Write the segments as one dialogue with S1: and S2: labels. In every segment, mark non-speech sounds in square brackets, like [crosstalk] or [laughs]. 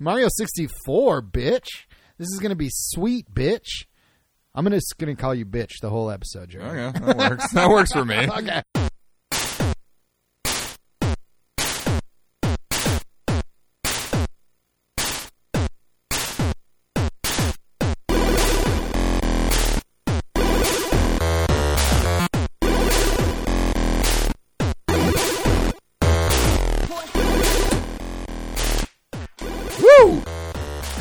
S1: Mario 64, bitch. This is going to be sweet, bitch. I'm gonna- just going to call you bitch the whole episode, Jerry.
S2: Okay, Oh, that works. that works for me.
S1: Okay. Woo! [laughs]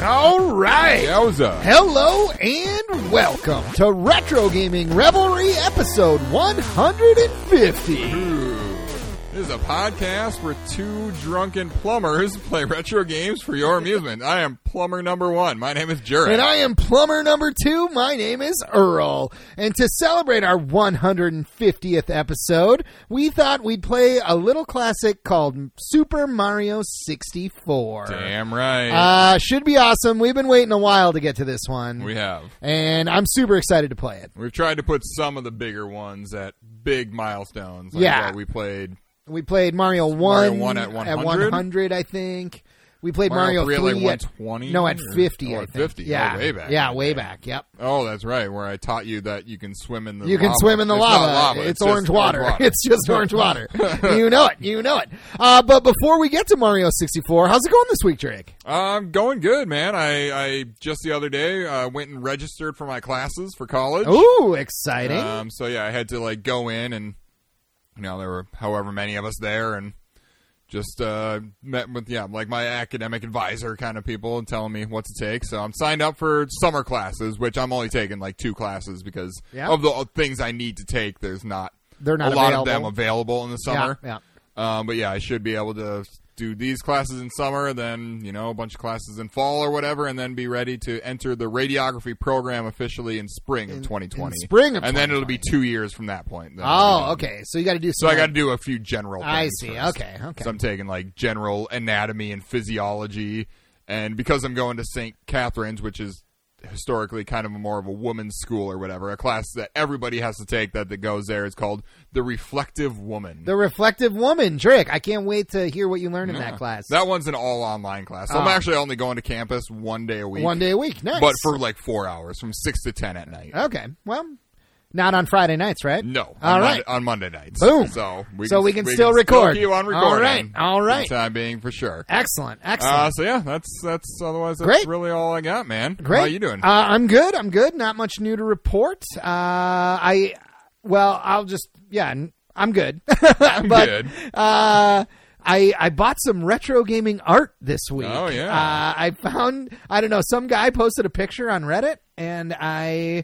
S1: All right.
S2: Yowza.
S1: Hello and welcome to Retro Gaming Revelry episode 150.
S2: This is a podcast where two drunken plumbers play retro games for your amusement. I am plumber number one. My name is Jared.
S1: And I am plumber number two. My name is Earl. And to celebrate our 150th episode, we thought we'd play a little classic called Super Mario 64.
S2: Damn right.
S1: Uh, should be awesome. We've been waiting a while to get to this one.
S2: we have.
S1: and I'm super excited to play it.
S2: We've tried to put some of the bigger ones at big milestones. Like
S1: Yeah.
S2: what we played
S1: We played Mario 1,
S2: Mario 1 at 100?
S1: 100, I think. We played
S2: Mario
S1: Mario,
S2: 3 at, like,
S1: 3 at
S2: 120?
S1: No, at
S2: Or-
S1: 50,
S2: oh,
S1: I
S2: at
S1: think.
S2: 50. Oh,
S1: Yeah.
S2: way back.
S1: Yeah, way back. Yep.
S2: Oh, that's right. Where I taught you that you can swim in the
S1: You can
S2: lava.
S1: swim in the
S2: It's not
S1: lava.
S2: lava.
S1: It's,
S2: just
S1: orange water. [laughs] It's
S2: [laughs]
S1: just orange water. you know it. You know it. Uh, but before we get to Mario 64, how's it going this week, Drake?
S2: Um, going good, man. I, I just the other day uh, went and registered for my classes for college.
S1: Ooh, exciting.
S2: Um, so yeah, I had to like go in and you know there were however many of us there and just uh, met with yeah like my academic advisor kind of people and telling me what to take. So I'm signed up for summer classes, which I'm only taking like two classes because
S1: Yeah.
S2: of the uh, things I need to take. There's not
S1: They're not
S2: a lot
S1: available.
S2: of them available in the summer.
S1: Yeah,
S2: Um, but yeah, I should be able to do these classes in summer, then you know a bunch of classes in fall or whatever, and then be ready to enter the radiography program officially in spring of 2020.
S1: in spring of
S2: and then it'll be two years from that point. Then I'll be
S1: Oh,
S2: done.
S1: okay. So you got to do
S2: So I
S1: some-
S2: got to do a few general. Things
S1: I see.
S2: first.
S1: Okay, okay.
S2: So I'm taking like general anatomy and physiology, and because I'm going to St. Catherine's, which is historically kind of more of a woman's school or whatever, a class that everybody has to take that that goes there is called the reflective woman.
S1: The Reflective Woman, Drake. I can't wait to hear what you learn in
S2: Yeah.
S1: that class.
S2: That one's an all online class. So I'm
S1: Oh.
S2: actually only going to campus one day a week.
S1: One day a week. Nice.
S2: But for like four hours from six to ten at night.
S1: Okay. Well, not on Friday nights, right?
S2: No.
S1: All
S2: on
S1: right.
S2: Monday, on Monday nights.
S1: Boom.
S2: So we
S1: So
S2: can,
S1: we can still record.
S2: keep on
S1: All
S2: recording.
S1: right, all
S2: for the
S1: right.
S2: Time being for sure.
S1: Excellent. Excellent.
S2: Uh, so yeah, that's that's otherwise that's
S1: Great.
S2: really all I got, man.
S1: Great.
S2: How you doing?
S1: Uh, I'm good. I'm good. Not much new to report. Uh, I, well, I'll just, yeah, n- I'm good. [laughs] I'm
S2: good.
S1: Uh, I, I bought some retro gaming art this week.
S2: Oh, yeah.
S1: Uh, I found, I don't know, some guy posted a picture on Reddit and I.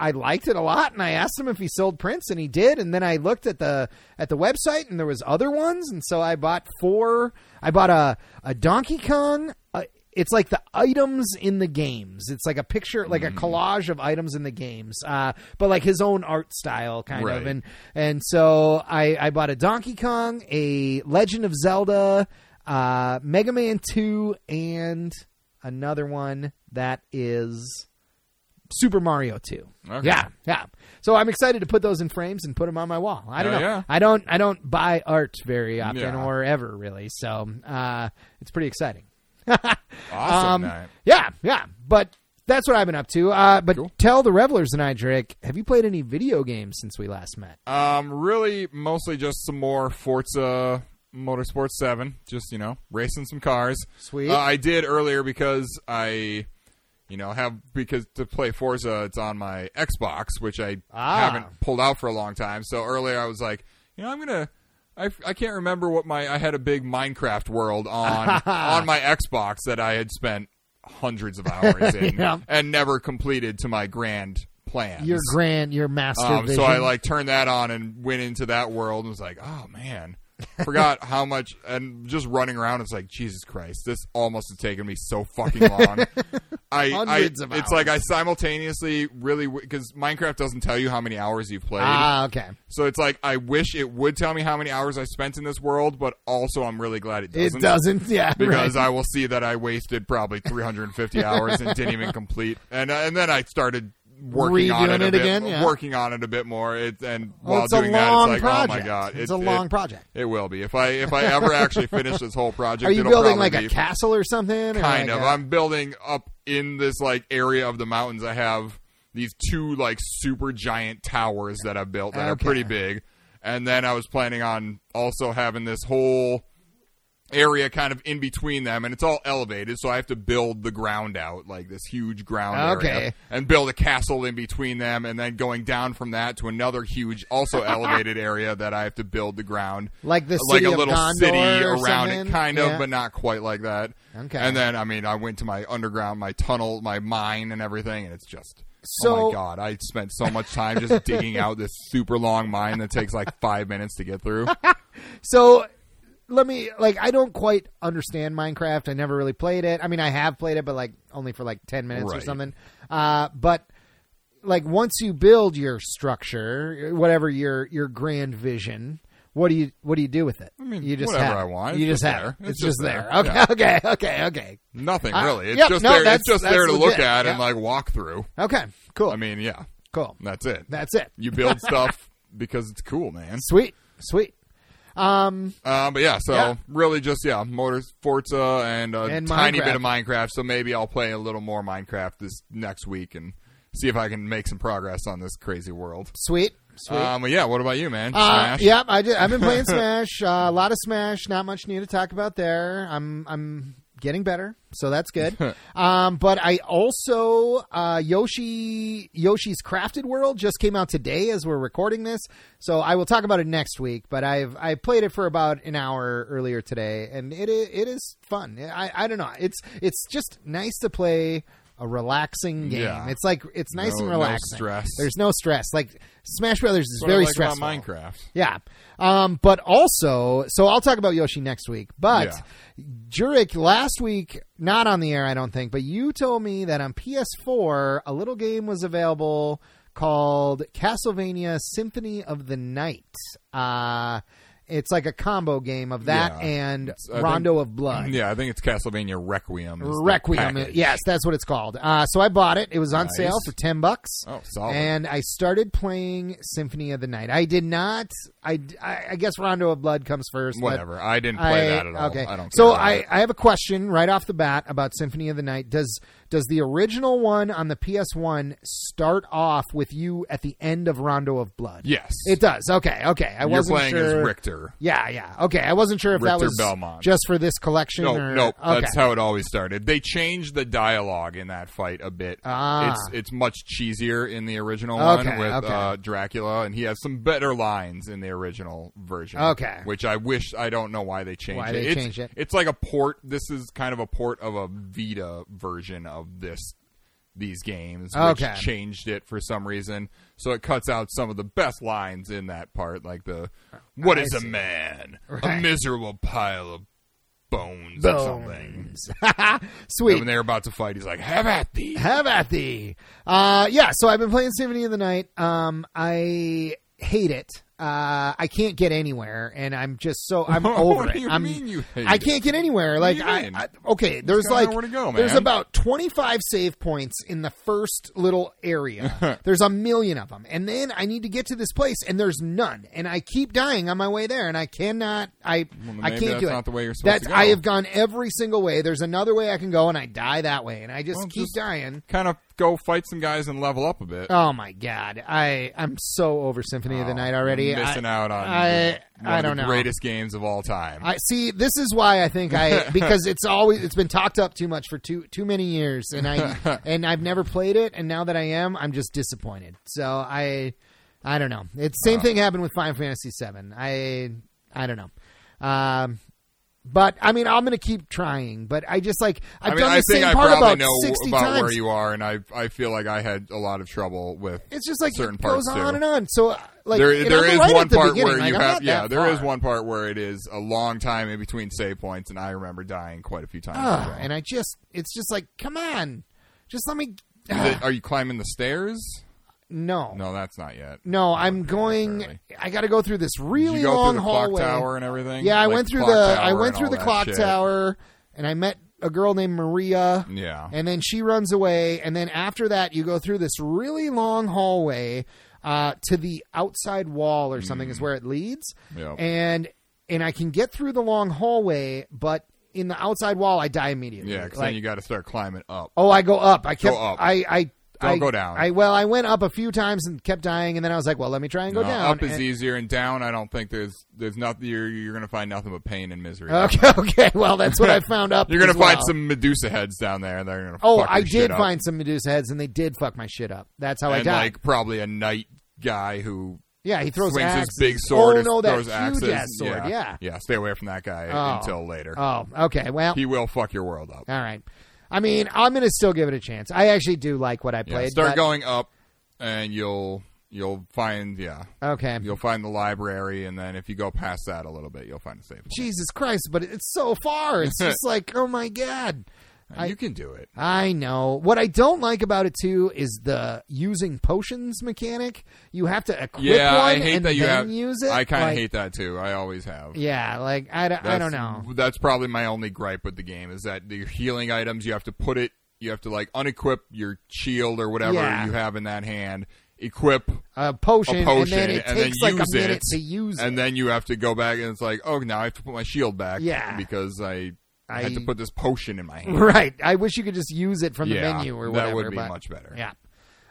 S1: I liked it a lot, and I asked him if he sold prints, and he did. And then I looked at the at the website, and there was other ones, and so I bought four. I bought a a Donkey Kong. A, it's like the items in the games. It's like a picture, like
S2: Hmm.
S1: a collage of items in the games, uh, but like his own art style, kind
S2: Right.
S1: of. And and so I I bought a Donkey Kong, a Legend of Zelda, uh, Mega Man Two, and another one that is. Super Mario 2.
S2: Okay.
S1: Yeah, yeah. So I'm excited to put those in frames and put them on my wall. I don't
S2: Oh,
S1: know.
S2: yeah.
S1: I don't I don't buy art very often
S2: Yeah.
S1: or ever really. So uh, it's pretty exciting. um,
S2: awesome night.
S1: Yeah, yeah. But that's what I've been up to. Uh, but
S2: Cool.
S1: tell the revelers and I, Drake, have you played any video games since we last met?
S2: Um, really, mostly just some more Forza Motorsport Seven. Just you know, racing some cars.
S1: Sweet.
S2: Uh, I did earlier because I, you know, have because to play Forza, it's on my Xbox, which I
S1: Ah.
S2: haven't pulled out for a long time. So earlier, I was like, you know, I'm gonna. I, I can't remember what my I had a big Minecraft
S1: [laughs]
S2: world on on my Xbox that I had spent hundreds of hours in
S1: [laughs] Yeah.
S2: and never completed to my grand plan.
S1: Your grand, your master
S2: Um,
S1: vision.
S2: so I like turned that on and went into that world and was like, oh man,
S1: [laughs]
S2: forgot how much and just running around. It's like Jesus Christ, this almost has taken me so fucking
S1: [laughs]
S2: long. I,
S1: Hundreds
S2: I
S1: of
S2: it's like I simultaneously really because Minecraft doesn't tell you how many hours you've played.
S1: ah okay.
S2: So it's like I wish it would tell me how many hours I spent in this world, but also I'm really glad it doesn't.
S1: It doesn't. [laughs] Yeah,
S2: Because
S1: right.
S2: I will see that I wasted probably 350 hours uh, and didn't even complete, and and then I started working on
S1: Redoing
S2: it, a
S1: it
S2: bit,
S1: again, yeah.
S2: working on it a bit more. It, and
S1: Well,
S2: while
S1: it's
S2: doing
S1: a
S2: that,
S1: long
S2: it's like,
S1: project.
S2: oh my god,
S1: it's
S2: it-
S1: a long
S2: it-
S1: project.
S2: It will be if I if I ever actually finish this whole project.
S1: Are you
S2: it'll
S1: building
S2: probably
S1: like a
S2: be
S1: castle or something? or
S2: Kind
S1: like
S2: of.
S1: a-
S2: i I'm building up in this like area of the mountains. I have these two like super giant towers that I've built that are
S1: Okay.
S2: pretty big, and then I was planning on also having this whole area kind of in between them and it's all elevated so i have to build the ground out like this huge ground area
S1: Okay.
S2: and build a castle in between them and then going down from that to another huge
S1: [laughs]
S2: also elevated area that i have to build the ground
S1: like the
S2: like
S1: city
S2: a
S1: of
S2: little
S1: Gondor
S2: city
S1: or
S2: around
S1: something?
S2: it, kind of,
S1: Yeah.
S2: but not quite like that.
S1: Okay.
S2: And then, I mean, I went to my underground, my tunnel, my mine, and everything, and it's just. oh
S1: So-
S2: my god! I spent so much time just digging out this super long mine that takes like five minutes to get through.
S1: So let me like I don't quite understand Minecraft. I never really played it. I mean, I have played it, but like only for like ten minutes or
S2: Right.
S1: something. Uh, but like once you build your structure, whatever your your grand vision. What do you what do you do with it? I
S2: mean,
S1: you just
S2: whatever
S1: have
S2: I
S1: it.
S2: want.
S1: You
S2: It's
S1: just
S2: just
S1: have it.
S2: there.
S1: It's, just there. [laughs] Okay, okay, okay, okay,
S2: Nothing
S1: Uh,
S2: really. It's
S1: yep,
S2: just
S1: no,
S2: there.
S1: that's-
S2: It's just
S1: that's
S2: there to look
S1: legit.
S2: at and
S1: Yeah.
S2: like walk through.
S1: okay. Cool,
S2: I mean, yeah,
S1: cool.
S2: that's it.
S1: That's it. [laughs]
S2: You build stuff because it's cool, man.
S1: Sweet, sweet.
S2: Uh, but yeah, so
S1: Yeah.
S2: really just yeah, Motors Forza and a
S1: And
S2: tiny
S1: Minecraft.
S2: bit of Minecraft. So maybe I'll play a little more Minecraft this next week and see if I can make some progress on this crazy world.
S1: Sweet, sweet.
S2: Um, but yeah, what about you, man?
S1: Uh,
S2: Smash.
S1: yep, I have been
S2: [laughs]
S1: playing Smash. Uh, a lot of Smash. Not much new to talk about there. I'm I'm getting better, so that's
S2: [laughs]
S1: good. um, but I also uh, Yoshi Yoshi's Crafted World just came out today as we're recording this, so I will talk about it next week. But I've I played it for about an hour earlier today, and it i- it is fun. I I don't know. It's it's just nice to play. A relaxing game.
S2: Yeah.
S1: It's like it's nice
S2: No-
S1: and
S2: no
S1: relaxing.
S2: stress.
S1: There's no stress. Like Smash Brothers is
S2: What I
S1: very
S2: like about
S1: stressful.
S2: Minecraft.
S1: Yeah. Um, but also, so I'll talk about Yoshi next week. But Jurek, last week, not on the air, I don't think, but you told me that on PS4, a little game was available called Castlevania Symphony of the Night. Uh, it's like a combo game of that
S2: Yeah.
S1: and
S2: It's- I think-
S1: Rondo of Blood.
S2: Uh, Yeah, I think it's Castlevania Requiem. is the
S1: Requiem,
S2: package.
S1: yes, that's what it's called. Uh, so I bought it. It was on
S2: Nice.
S1: sale for ten bucks.
S2: Oh, solid.
S1: And I started playing Symphony of the Night. I did not. I, I, I guess Rondo of Blood comes first. but
S2: Whatever. I didn't play
S1: I-
S2: that at all.
S1: Okay.
S2: I don't.
S1: so
S2: care about
S1: I,
S2: it.
S1: I have a question right off the bat about Symphony of the Night. Does does the original one on the PS1 start off with you at the end of Rondo of Blood?
S2: yes,
S1: It does. Okay. Okay. I
S2: you're
S1: wasn't
S2: playing
S1: sure.
S2: as Richter.
S1: Yeah. Yeah. Okay. I wasn't sure if that
S2: Richter
S1: was
S2: Belmont.
S1: just for this collection.
S2: No,
S1: or,
S2: no,
S1: Okay.
S2: that's how it always started. They changed the dialogue in that fight a bit.
S1: Ah.
S2: It's it's much cheesier in the original
S1: Okay,
S2: one with
S1: okay.
S2: uh, Dracula, and he has some better lines in the original version.
S1: Okay.
S2: which I wish I don't know why they changed
S1: Why
S2: it.
S1: they
S2: it's,
S1: changed it.
S2: It's like a port. This is kind of a port of a Vita version of this these games, which
S1: Okay.
S2: changed it for some reason. So it cuts out some of the best lines in that part, like the "What
S1: I
S2: is
S1: see.
S2: a man? A
S1: Right.
S2: miserable pile of." Bones, or something.
S1: Bones. [laughs] Sweet.
S2: And when they're about to fight, he's like, "Have at thee."
S1: Have at thee. Uh, yeah, so I've been playing Symphony of the Night. Um, I hate it. Uh, I can't get anywhere, and I'm just so I'm
S2: [laughs] What
S1: over
S2: do
S1: it.
S2: you
S1: I'm,
S2: mean you hate
S1: I
S2: it?
S1: can't get anywhere. Like
S2: do you
S1: I,
S2: mean?
S1: I okay, there's
S2: got
S1: like
S2: nowhere to go,
S1: there's
S2: man.
S1: about 25 save points in the first little
S2: [laughs]
S1: area. there's a million of them, and then I need to get to this place, and there's none, and I keep dying on my way there, and I cannot. I
S2: then
S1: I can't
S2: maybe
S1: do
S2: that's
S1: it.
S2: not the way you're supposed
S1: That's
S2: to go.
S1: I have gone every single way. There's another way I can go, and I die that way, and I just
S2: Well,
S1: keep
S2: just-
S1: dying.
S2: Kind of go fight some guys and level up a bit.
S1: Oh my god, I I'm so over Symphony of the Night already.
S2: Oh, Missing
S1: I,
S2: out on
S1: I-
S2: one
S1: I
S2: of
S1: don't
S2: the
S1: know.
S2: greatest games of all time.
S1: I see. This is why I think
S2: [laughs]
S1: I because it's always it's been talked up too much for too too many years, and
S2: [laughs]
S1: I and I've never played it, and now that I am, I'm just disappointed. So I I don't know. It's
S2: Oh.
S1: same thing happened with Final Fantasy VII. I I don't know. Um, but I mean, I'm gonna keep trying. But I just like I've
S2: I mean,
S1: done the
S2: I think
S1: same
S2: I
S1: part
S2: probably
S1: about
S2: know
S1: sixty
S2: about
S1: times.
S2: where you are, and I I feel like I had a lot of trouble with.
S1: it's just like
S2: certain
S1: it goes
S2: parts, too.
S1: on and on. So uh, like
S2: there
S1: you know,
S2: there
S1: I'm
S2: is
S1: right
S2: one
S1: at the
S2: part
S1: beginning,
S2: where
S1: like,
S2: you
S1: I'm
S2: have
S1: not
S2: yeah,
S1: that
S2: there is
S1: far.
S2: one part where it is a long time in between save points, and I remember dying quite a few times. as
S1: Ugh,
S2: well.
S1: Ah, and I just, it's just like, come on, just let me.
S2: Is
S1: ah.
S2: it- are you climbing the stairs?
S1: no, no,
S2: No, that's not yet.
S1: I'm going.
S2: apparently.
S1: I got to go through this
S2: Did
S1: really
S2: you go
S1: long
S2: through the
S1: hallway.
S2: clock tower and everything?
S1: Yeah, I
S2: Like,
S1: went through
S2: clock
S1: the,
S2: tower
S1: I
S2: and
S1: went through
S2: all
S1: the
S2: that
S1: clock
S2: shit.
S1: tower, and I met a girl named Maria.
S2: Yeah.
S1: And then she runs away. And then after that, you go through this really long hallway uh, to the outside wall or something is where it leads.
S2: Mm. Yep.
S1: And and I can get through the long hallway, but in the outside wall, I die immediately.
S2: yeah, because
S1: Like,
S2: then you got to start climbing up.
S1: oh, I go up. I kept.
S2: Go up.
S1: I I.
S2: Don't
S1: I-
S2: go down.
S1: I well, I went up a few times and kept dying, and then I was like, "Well, let me try and go
S2: No,
S1: down."
S2: Up is e-
S1: And-
S2: easier, and down. I don't think there's there's nothing. You're you're gonna find nothing but pain and
S1: [laughs]
S2: misery.
S1: Okay, okay. Well, that's
S2: [laughs]
S1: what I found up.
S2: You're gonna
S1: as
S2: find
S1: well.
S2: some Medusa heads down there, and they're gonna.
S1: Oh,
S2: fuck your
S1: I
S2: shit
S1: did
S2: up.
S1: find some Medusa heads, and they did fuck my shit up. That's how I
S2: and
S1: died.
S2: like probably a knight guy who
S1: yeah, he throws
S2: swings
S1: axes.
S2: his big sword.
S1: Oh
S2: and
S1: no, that
S2: throws
S1: huge
S2: axes.
S1: ass sword. Yeah.
S2: yeah. Stay away from that guy
S1: Oh.
S2: until later.
S1: Oh, okay. Well,
S2: he will fuck your world up.
S1: all right. I mean, I'm gonna still give it a chance. I actually do like what I
S2: Yeah,
S1: played.
S2: start
S1: but-
S2: going up, and you'll you'll find yeah
S1: Okay.
S2: you'll find the library, and then if you go past that a little bit, you'll find a safe. point.
S1: Jesus Christ! But it's so far.
S2: [laughs]
S1: It's just like, oh my god.
S2: And
S1: I-
S2: you can do it.
S1: I know. What I don't like about it too is the using potions mechanic. You have to equip
S2: Yeah,
S1: one
S2: I hate
S1: and
S2: that you
S1: then
S2: have.
S1: use it.
S2: I kind of
S1: Like,
S2: hate that too. I always have.
S1: Yeah, like I, don't- I
S2: That's-
S1: don't know.
S2: That's probably my only gripe with the game is that the healing items you have to put it, you have to like unequip your shield or whatever
S1: Yeah.
S2: you have in that hand, equip
S1: a potion,
S2: a potion,
S1: and then it takes like
S2: use
S1: a minute
S2: it,
S1: to use
S2: and
S1: it.
S2: then you have to go back and it's like, oh, now I have to put my shield back,
S1: Yeah.
S2: because I, I had to
S1: I-
S2: put this potion in my hand.
S1: [laughs] Right. I wish you could just use it from the
S2: Yeah,
S1: menu or
S2: that
S1: whatever.
S2: would be
S1: but-
S2: much better.
S1: Yeah.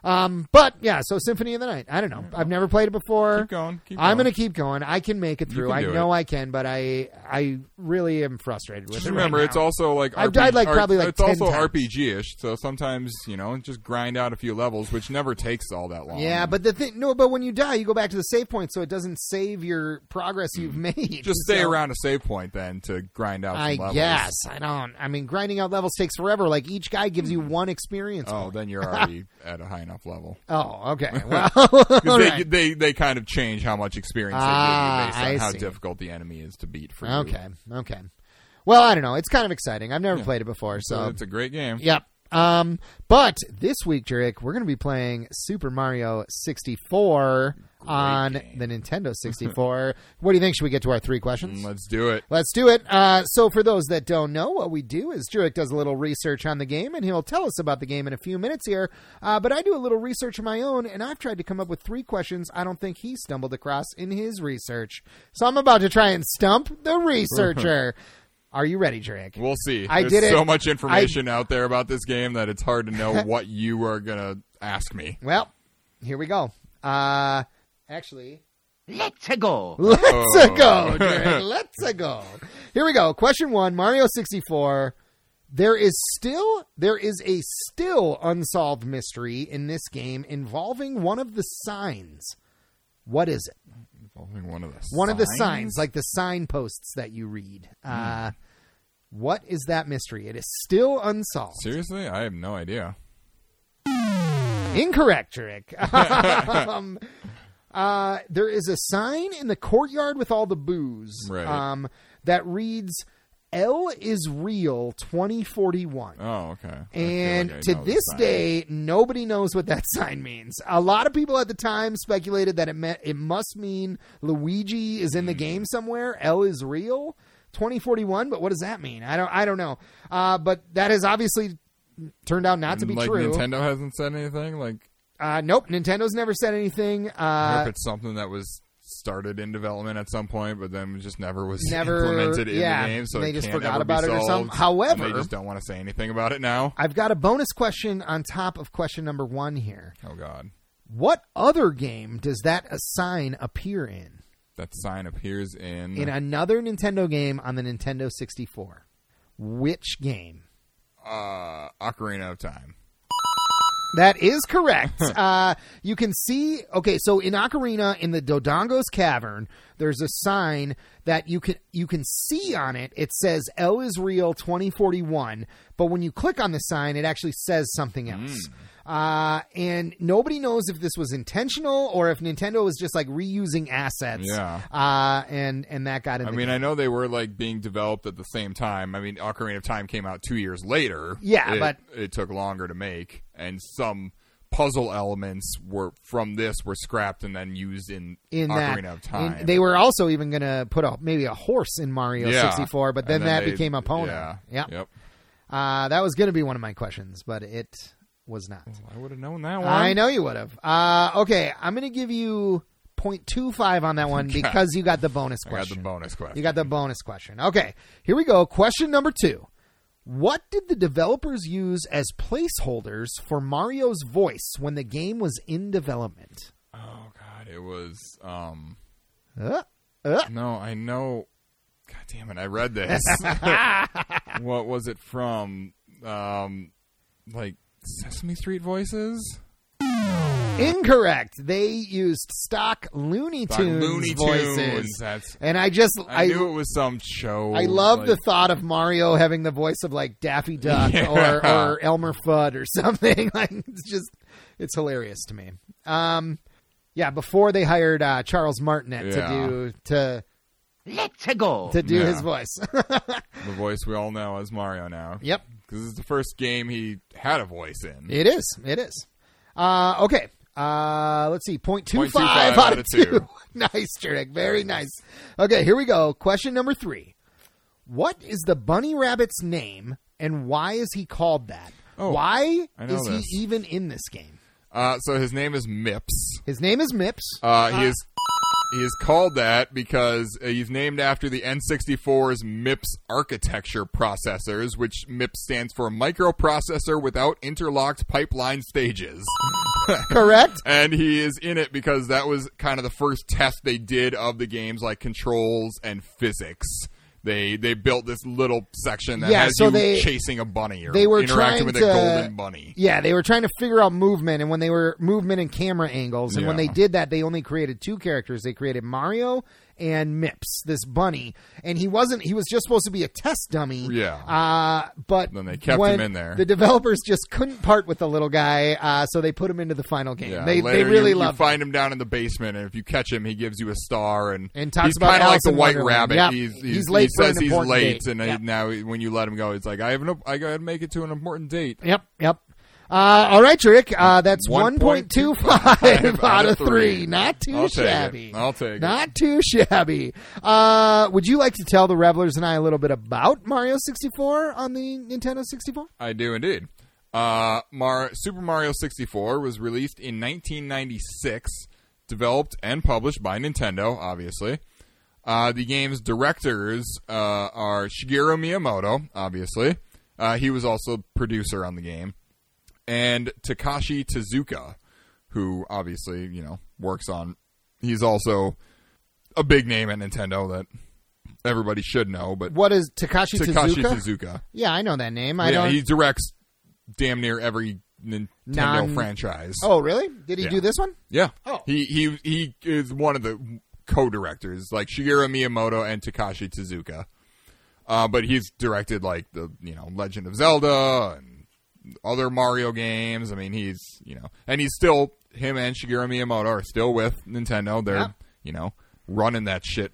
S1: Um, but yeah, so Symphony of the Night. I don't know. I've never played it before.
S2: Keep going, keep
S1: I'm
S2: going.
S1: gonna keep going. I can make it through.
S2: can
S1: I
S2: do
S1: know I can, but I I really am frustrated with
S2: Just
S1: it.
S2: remember,
S1: right
S2: it's
S1: now.
S2: also like
S1: I've
S2: RPG
S1: died, like,
S2: R-
S1: probably, like,
S2: it's
S1: 10
S2: also
S1: times.
S2: RPG-ish. So sometimes you know, just grind out a few levels, which never takes all that long.
S1: Yeah, but the thing no, but when you die, you go back to the save point, so it doesn't save your progress you've [laughs] made.
S2: Mm-hmm. just stay
S1: So-
S2: around a save point then to grind out. Some
S1: I
S2: levels.
S1: guess I don't. I mean, grinding out levels takes forever. Like each guy gives you one experience.
S2: Hmm. Oh,
S1: [laughs]
S2: then you're already at a high enough level.
S1: Oh,
S2: [laughs]
S1: okay. Well, [laughs] all
S2: 'Cause They,
S1: right.
S2: they they kind of change how much experience
S1: Ah,
S2: they give you based on
S1: I
S2: how
S1: see.
S2: difficult the enemy is to beat for you.
S1: Okay. Okay. Well, I don't know. It's kind of exciting. I've never played it before,
S2: So
S1: so
S2: it's a great game.
S1: yep. Um, but this week, Jerick, we're going to be playing Super Mario 64 on
S2: game.
S1: the
S2: [laughs]
S1: Nintendo 64. what do you think? Should we get to our three questions?
S2: Mm, Let's do it.
S1: Let's do it. Uh, so, for those that don't know, what we do is Jurek does a little research on the game, and he'll tell us about the game in a few minutes here. Uh, but I do a little research of my own, and I've tried to come up with three questions I don't think he stumbled across in his research. So, I'm about to try and stump the researcher. Are you ready, Jurek?
S2: We'll see.
S1: I
S2: There's
S1: did it.
S2: so much information out there about this game that it's hard to
S1: [laughs]
S2: know what you are gonna ask me.
S1: Well, here we go. Uh, actually,
S3: Let's go.
S1: Let's go, Jared. Let's go. Here we go. Question one: Mario sixty four. There is still there is a still unsolved mystery in this game involving one of the signs. What is it?
S2: Involving one of the
S1: One of the signs, like the signposts that you read. Uh, what is that mystery? It is still unsolved.
S2: seriously, I have no idea.
S1: Incorrect,
S2: [laughs]
S1: Jurek. um, uh, there is a sign in the courtyard with all the booze
S2: Right.
S1: um, that reads "L is real 2041."
S2: Oh, okay. I feel
S1: and
S2: like I
S1: to
S2: know
S1: this
S2: sign.
S1: day, nobody knows what that [laughs] sign means. A lot of people at the time speculated that it meant it must mean Luigi is in
S2: Hmm.
S1: the game somewhere. L is real 2041, but what does that mean? I don't I don't know. Uh, but that has obviously turned out not to be
S2: like
S1: true.
S2: Nintendo hasn't said anything. Like
S1: Uh, nope, Nintendo's never said anything.
S2: I wonder
S1: Uh,
S2: if it's something that was started in development at some point, but then just never was
S1: Never-
S2: implemented in
S1: yeah,
S2: the game, so
S1: they
S2: it
S1: just
S2: can't
S1: forgot
S2: ever be
S1: about it or
S2: solved,
S1: something.
S2: and
S1: However-
S2: they just don't want to say anything about it now.
S1: I've got a bonus question on top of question number one here.
S2: Oh God,
S1: What other game does that sign appear in?
S2: that sign appears in.
S1: In another Nintendo game on the Nintendo 64. Which game?
S2: uh, Ocarina of Time.
S1: That is correct. uh, you can see. Okay, so in Ocarina, in the Dodongo's cavern, there's a sign that you can you can see on it. It says "L is real 2041," but when you click on the sign, it actually says something
S2: Hmm.
S1: else. Uh, and nobody knows if this was intentional or if Nintendo was just like reusing assets.
S2: Yeah.
S1: Uh, and and that got in.
S2: I
S1: the
S2: mean,
S1: game.
S2: I know they were like being developed at the same time. I mean, Ocarina of Time came out two years later.
S1: Yeah,
S2: It-
S1: but-
S2: it took longer to make, and some puzzle elements were from this were scrapped and then used in,
S1: in
S2: Ocarina
S1: that
S2: of Time.
S1: in- they were also even going to put a maybe a horse in Mario
S2: Yeah.
S1: 64, but then,
S2: And
S1: that
S2: they-
S1: became a pony.
S2: Yeah.
S1: Yep.
S2: Yep.
S1: Uh, that was going to be one of my questions, but it was not.
S2: I would have known that one.
S1: I know you would have. Uh, okay, I'm going to give you 0.25 on that
S2: [laughs]
S1: one because you got the bonus
S2: I got
S1: question.
S2: the bonus question.
S1: You got the bonus question. Okay, here we go. Question number two. What did the developers use as placeholders for Mario's voice when the game was in development?
S2: oh god, it was. Um,
S1: Uh, uh,
S2: no, I know. God damn it,
S1: [laughs]
S2: I read this. what was it from? Um, like Sesame Street voices.
S1: incorrect. They used stock Looney
S2: By
S1: Tunes,
S2: Looney Tunes.
S1: voices.
S2: That's.
S1: And I just
S2: I,
S1: I
S2: knew it was some show.
S1: I love
S2: like,
S1: the thought of Mario having the voice of like Daffy
S2: [laughs]
S1: Duck
S2: Yeah.
S1: or, or Elmer Fudd or [laughs] something. Like it's just it's hilarious to me. Um, yeah, before they hired uh, Charles Martinet
S2: Yeah.
S1: to do to
S3: Let's go.
S1: to do
S2: Yeah.
S1: his voice. [laughs]
S2: the voice we all know as Mario now.
S1: yep,
S2: Because it's the first game he had a voice in.
S1: it is. It is. Uh, okay. Uh, let's see, 0.25,
S2: 0.25
S1: out of two. [laughs]
S2: two.
S1: nice, Trick. Very nice. Okay, here we go. Question number three. What is the bunny rabbit's name, and why is he called that?
S2: Oh,
S1: why
S2: I know
S1: is
S2: this.
S1: he even in this game?
S2: Uh, so his name is Mips.
S1: His name is Mips. [laughs]
S2: Uh,
S1: Uh-huh.
S2: he is he is called that because uh, he's named after the N64's MIPS architecture processors, which MIPS stands for microprocessor without interlocked pipeline stages.
S1: Correct.
S2: And he is in it because that was kind of the first test they did of the games like controls and physics. They they built this little section that
S1: Yeah,
S2: has
S1: so
S2: you
S1: they-
S2: chasing a bunny or
S1: they were
S2: interacting
S1: trying
S2: with
S1: to-
S2: a golden bunny.
S1: Yeah, they were trying to figure out movement, and when they were movement and camera angles, and when
S2: Yeah.
S1: they did that, they only created two characters. They created Mario and Mips, this bunny, and he wasn't. He was just supposed to be a test dummy.
S2: Yeah.
S1: Uh, but
S2: Then they kept
S1: when
S2: him in there.
S1: The developers just couldn't part with the little guy, uh, so they put him into the final game.
S2: Yeah,
S1: they
S2: later
S1: they really
S2: you,
S1: loved.
S2: you find him down in the basement, and if you catch him, he gives you a star and,
S1: And talks
S2: he's
S1: about
S2: kinda
S1: Alice
S2: like the
S1: in
S2: White
S1: Wonderland.
S2: Rabbit.
S1: Yep.
S2: He's, he's,
S1: He's late
S2: He
S1: for an
S2: says he's
S1: important
S2: late,
S1: date.
S2: and
S1: Yep.
S2: he, now he- when you let him go, it's like I have no, I gotta make it to an important date.
S1: Yep, yep. Uh, all right, Rick. Uh, that's one point two
S2: 1.25
S1: five out
S2: out
S1: of
S2: of
S1: three.
S2: three.
S1: Not too
S2: I'll take it.
S1: shabby.
S2: I'll take it.
S1: Not too shabby. Uh, would you like to tell the revelers and I a little bit about Mario sixty four on the Nintendo sixty four?
S2: I do indeed. Uh, Mar- Super Mario 64 was released in 1996, developed and published by Nintendo, obviously. Uh, the game's directors uh, are Shigeru Miyamoto, obviously. Uh, he was also a producer on the game. And Takashi Tezuka, who obviously, you know, works on. He's also a big name at Nintendo that everybody should know, but
S1: What is Takashi
S2: Takashi
S1: Tezuka?
S2: Tezuka
S1: Yeah, I know that name. I
S2: yeah,
S1: don't.
S2: he directs damn near every Nintendo
S1: Non-
S2: franchise.
S1: Oh, really? Did he
S2: Yeah.
S1: do this one? [laughs]
S2: yeah.
S1: Oh.
S2: He he he is one of the co-directors, like Shigeru Miyamoto and Takashi Tezuka. Uh, but he's directed like the you know Legend of Zelda and other Mario games. I mean, he's you know, and he's still him and Shigeru Miyamoto are still with Nintendo. They're
S1: Yep.
S2: you know running that shit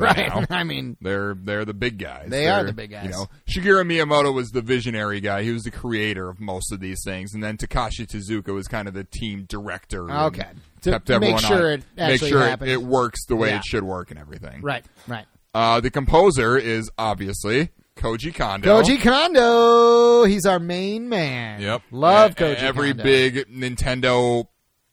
S1: [laughs] Right.
S2: now.
S1: I mean,
S2: They're they're the big guys.
S1: They
S2: They're-
S1: are the big guys.
S2: You know, Shigeru Miyamoto was the visionary guy. He was the creator of most of these things, and then Takashi Tezuka was kind of the team director. and
S1: Okay. To
S2: kept
S1: make
S2: everyone
S1: sure
S2: on,
S1: it
S2: make
S1: actually
S2: sure it-
S1: happens.
S2: it works the way
S1: Yeah.
S2: it should work and everything.
S1: right, right.
S2: Uh, the composer is obviously Koji Kondo.
S1: Koji Kondo, he's our main man.
S2: Yep.
S1: love
S2: E-
S1: Koji.
S2: Every
S1: Kondo.
S2: big Nintendo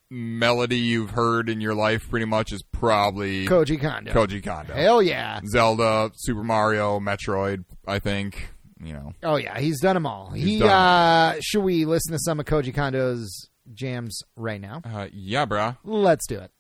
S2: melody you've heard in your life, pretty much, is probably
S1: Koji Kondo.
S2: Koji Kondo.
S1: Hell yeah.
S2: Zelda, Super Mario, Metroid. I think you know.
S1: Oh yeah, he's done them all. he
S2: done 'em
S1: uh should we listen to some of Koji Kondo's jams right now?
S2: Uh, yeah, bruh.
S1: Let's do it.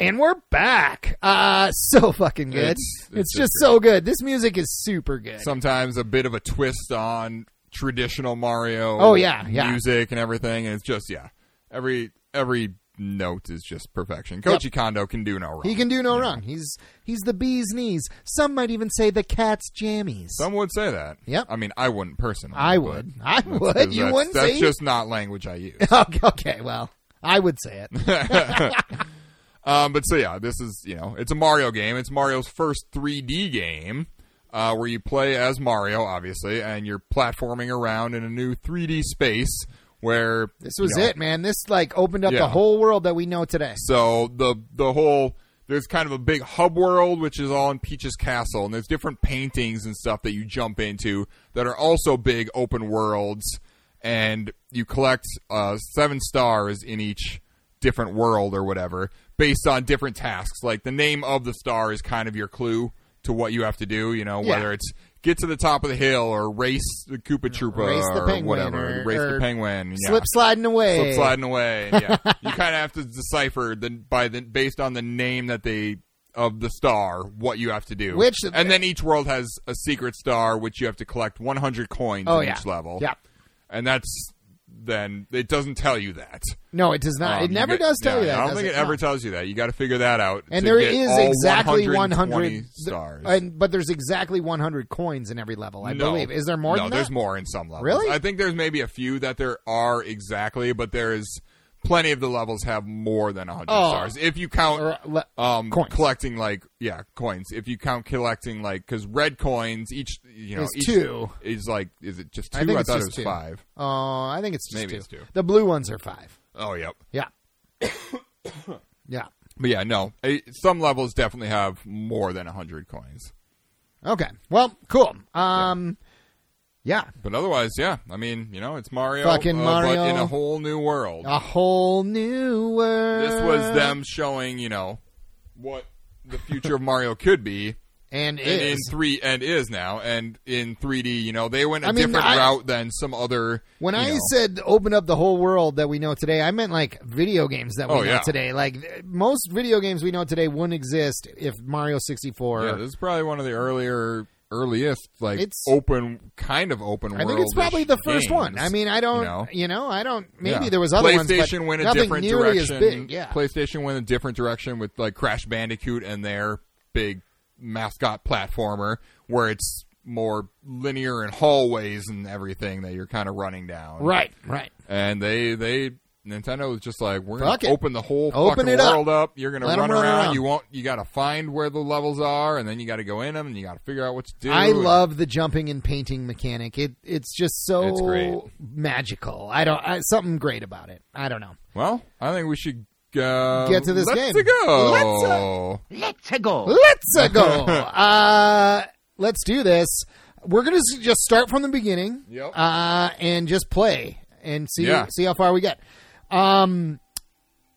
S1: And we're back. Uh, [laughs] so fucking good. It's,
S2: It's- it's
S1: just
S2: just
S1: so good. This music is super good.
S2: sometimes a bit of a twist on traditional Mario.
S1: Oh, yeah, yeah.
S2: music and everything. And it's just yeah, every every note is just perfection. Koichi Kondo can do no wrong.
S1: he can do no wrong. He's he's the bee's knees. Some might even say the cat's jammies.
S2: Some would say that.
S1: Yep.
S2: I mean, I wouldn't personally.
S1: I
S2: but
S1: would. I
S2: 'cause
S1: would. You
S2: that's-
S1: wouldn't
S2: That's
S1: say
S2: just not language I use.
S1: [laughs] okay, okay, well, I would say
S2: [laughs]
S1: it.
S2: Um, but so yeah, this is you know it's a Mario game. It's Mario's first 3D game uh, where you play as Mario, obviously, and you're platforming around in a new 3D space where
S1: This was
S2: you know,
S1: it, man. This like opened up the
S2: Yeah.
S1: whole world that we know today.
S2: So the the whole there's kind of a big hub world which is all in Peach's castle, and there's different paintings and stuff that you jump into that are also big open worlds, and you collect uh, seven stars in each different world or whatever based on different tasks. Like the name of the star is kind of your clue to what you have to do. You know
S1: Yeah.
S2: whether it's get to the top of the hill or race the Koopa Troopa
S1: Race the
S2: or
S1: penguin
S2: whatever,
S1: or-
S2: race
S1: or
S2: the penguin, yeah
S1: Slip sliding away.
S2: slip sliding away. And yeah,
S1: [laughs]
S2: you kind of have to decipher the by the based on the name that they of the star what you have to do.
S1: Which-
S2: and then each world has a secret star which you have to collect 100 coins
S1: Oh
S2: in
S1: yeah.
S2: each level.
S1: Yeah.
S2: and that's then it doesn't tell you that.
S1: No, it does not.
S2: Um,
S1: it
S2: you
S1: never
S2: get-
S1: does tell
S2: yeah,
S1: you that.
S2: I don't
S1: does
S2: think it,
S1: No.
S2: ever tells you that. You got to figure that out.
S1: And
S2: to
S1: there
S2: get
S1: is
S2: all
S1: exactly
S2: 120
S1: 100
S2: stars.
S1: and but there's exactly 100 coins in every level. I
S2: No.
S1: believe. Is there more
S2: No,
S1: than that?
S2: there's more in some levels.
S1: Really?
S2: I think there's maybe a few that there are exactly, but there is plenty of the levels have more than 100
S1: Oh.
S2: stars. If you count
S1: Or, le-
S2: um
S1: coins.
S2: collecting like yeah, coins. If you count collecting like cuz red coins each you know
S1: Is
S2: each
S1: two.
S2: is like is it just two?
S1: I think it's
S2: thought
S1: just two.
S2: it was 5.
S1: oh, I think it's just
S2: Maybe
S1: two.
S2: it's two.
S1: The blue ones are five.
S2: Oh, yep.
S1: Yeah. [coughs] yeah.
S2: But yeah, no. eh, Some levels definitely have more than 100 coins.
S1: Okay. Well, cool. Um, yeah.
S2: But otherwise, yeah. I mean, you know, it's Mario,
S1: Fucking
S2: uh,
S1: Mario.
S2: but in a whole new world.
S1: A whole new world.
S2: this was them showing you know what the future of Mario could be
S1: and
S2: and in
S1: is.
S2: three and is now and in 3D. You know they went a
S1: I mean,
S2: different
S1: I-
S2: route than some other.
S1: When
S2: you
S1: I
S2: know-
S1: said open up the whole world that we know today, I meant like video games that we
S2: Oh,
S1: know
S2: yeah.
S1: today. Like th- most video games we know today wouldn't exist if Mario 64.
S2: yeah, this is probably one of the earlier earliest like
S1: It's-
S2: open kind of open.
S1: I think it's probably the first one. I mean, I don't, you
S2: you
S1: know,
S2: know?
S1: I don't. Maybe
S2: Yeah.
S1: there was other ones, but
S2: PlayStation went a
S1: nothing
S2: different
S1: nearly
S2: direction.
S1: as big. Yeah,
S2: PlayStation went a different direction with like Crash Bandicoot and their big mascot platformer, where it's more linear and hallways and everything that you're kind of running down.
S1: right, right.
S2: And they they Nintendo was just like we're
S1: Fuck it.
S2: gonna open the whole
S1: Open
S2: fucking
S1: it up.
S2: world up. You're gonna
S1: Let 'em
S2: run,
S1: run
S2: around.
S1: around.
S2: You won't. You gotta find where the levels are, and then you gotta go in them, and you gotta figure out what to do.
S1: I
S2: and-
S1: love the jumping and painting mechanic. It it's just so
S2: It's great.
S1: magical. I don't I, something great about it. I don't know.
S2: Well, I think we should uh,
S1: Get to this
S2: let's
S1: game.
S2: go.
S1: Let's, uh,
S3: Let's
S2: [laughs]
S3: go.
S1: Let's go. uh, let's do this. We're gonna s- just start from the beginning.
S2: Yep.
S1: Uh, and just play and see
S2: Yeah.
S1: see how far we get. Um.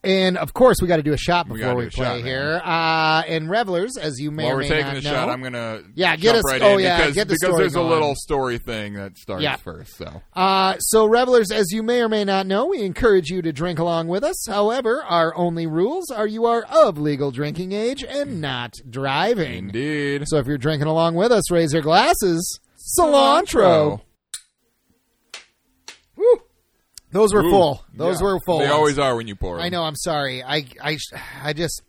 S1: And of course, we got to do a shot
S2: We
S1: before
S2: gotta
S1: we,
S2: do a
S1: play
S2: shot, man.
S1: here. Uh, and revelers, as you may
S2: While
S1: or
S2: we're
S1: may
S2: taking
S1: not
S2: a
S1: know,
S2: shot, I'm gonna
S1: Yeah, get
S2: jump
S1: us-
S2: right
S1: oh,
S2: in
S1: yeah,
S2: because,
S1: get the
S2: because
S1: story
S2: there's
S1: going.
S2: a little story thing that starts
S1: Yeah.
S2: first. So
S1: Uh, so, revelers, as you may or may not know, we encourage you to drink along with us. However, our only rules are you are of legal drinking age
S2: Mm.
S1: and not driving.
S2: indeed,
S1: So, if you're drinking along with us, raise your glasses. Cilantro. Woo. Those were
S2: Ooh.
S1: full. Those
S2: Yeah.
S1: were full.
S2: They
S1: ones.
S2: always are when you pour.
S1: I
S2: them.
S1: know. I'm sorry. I I I just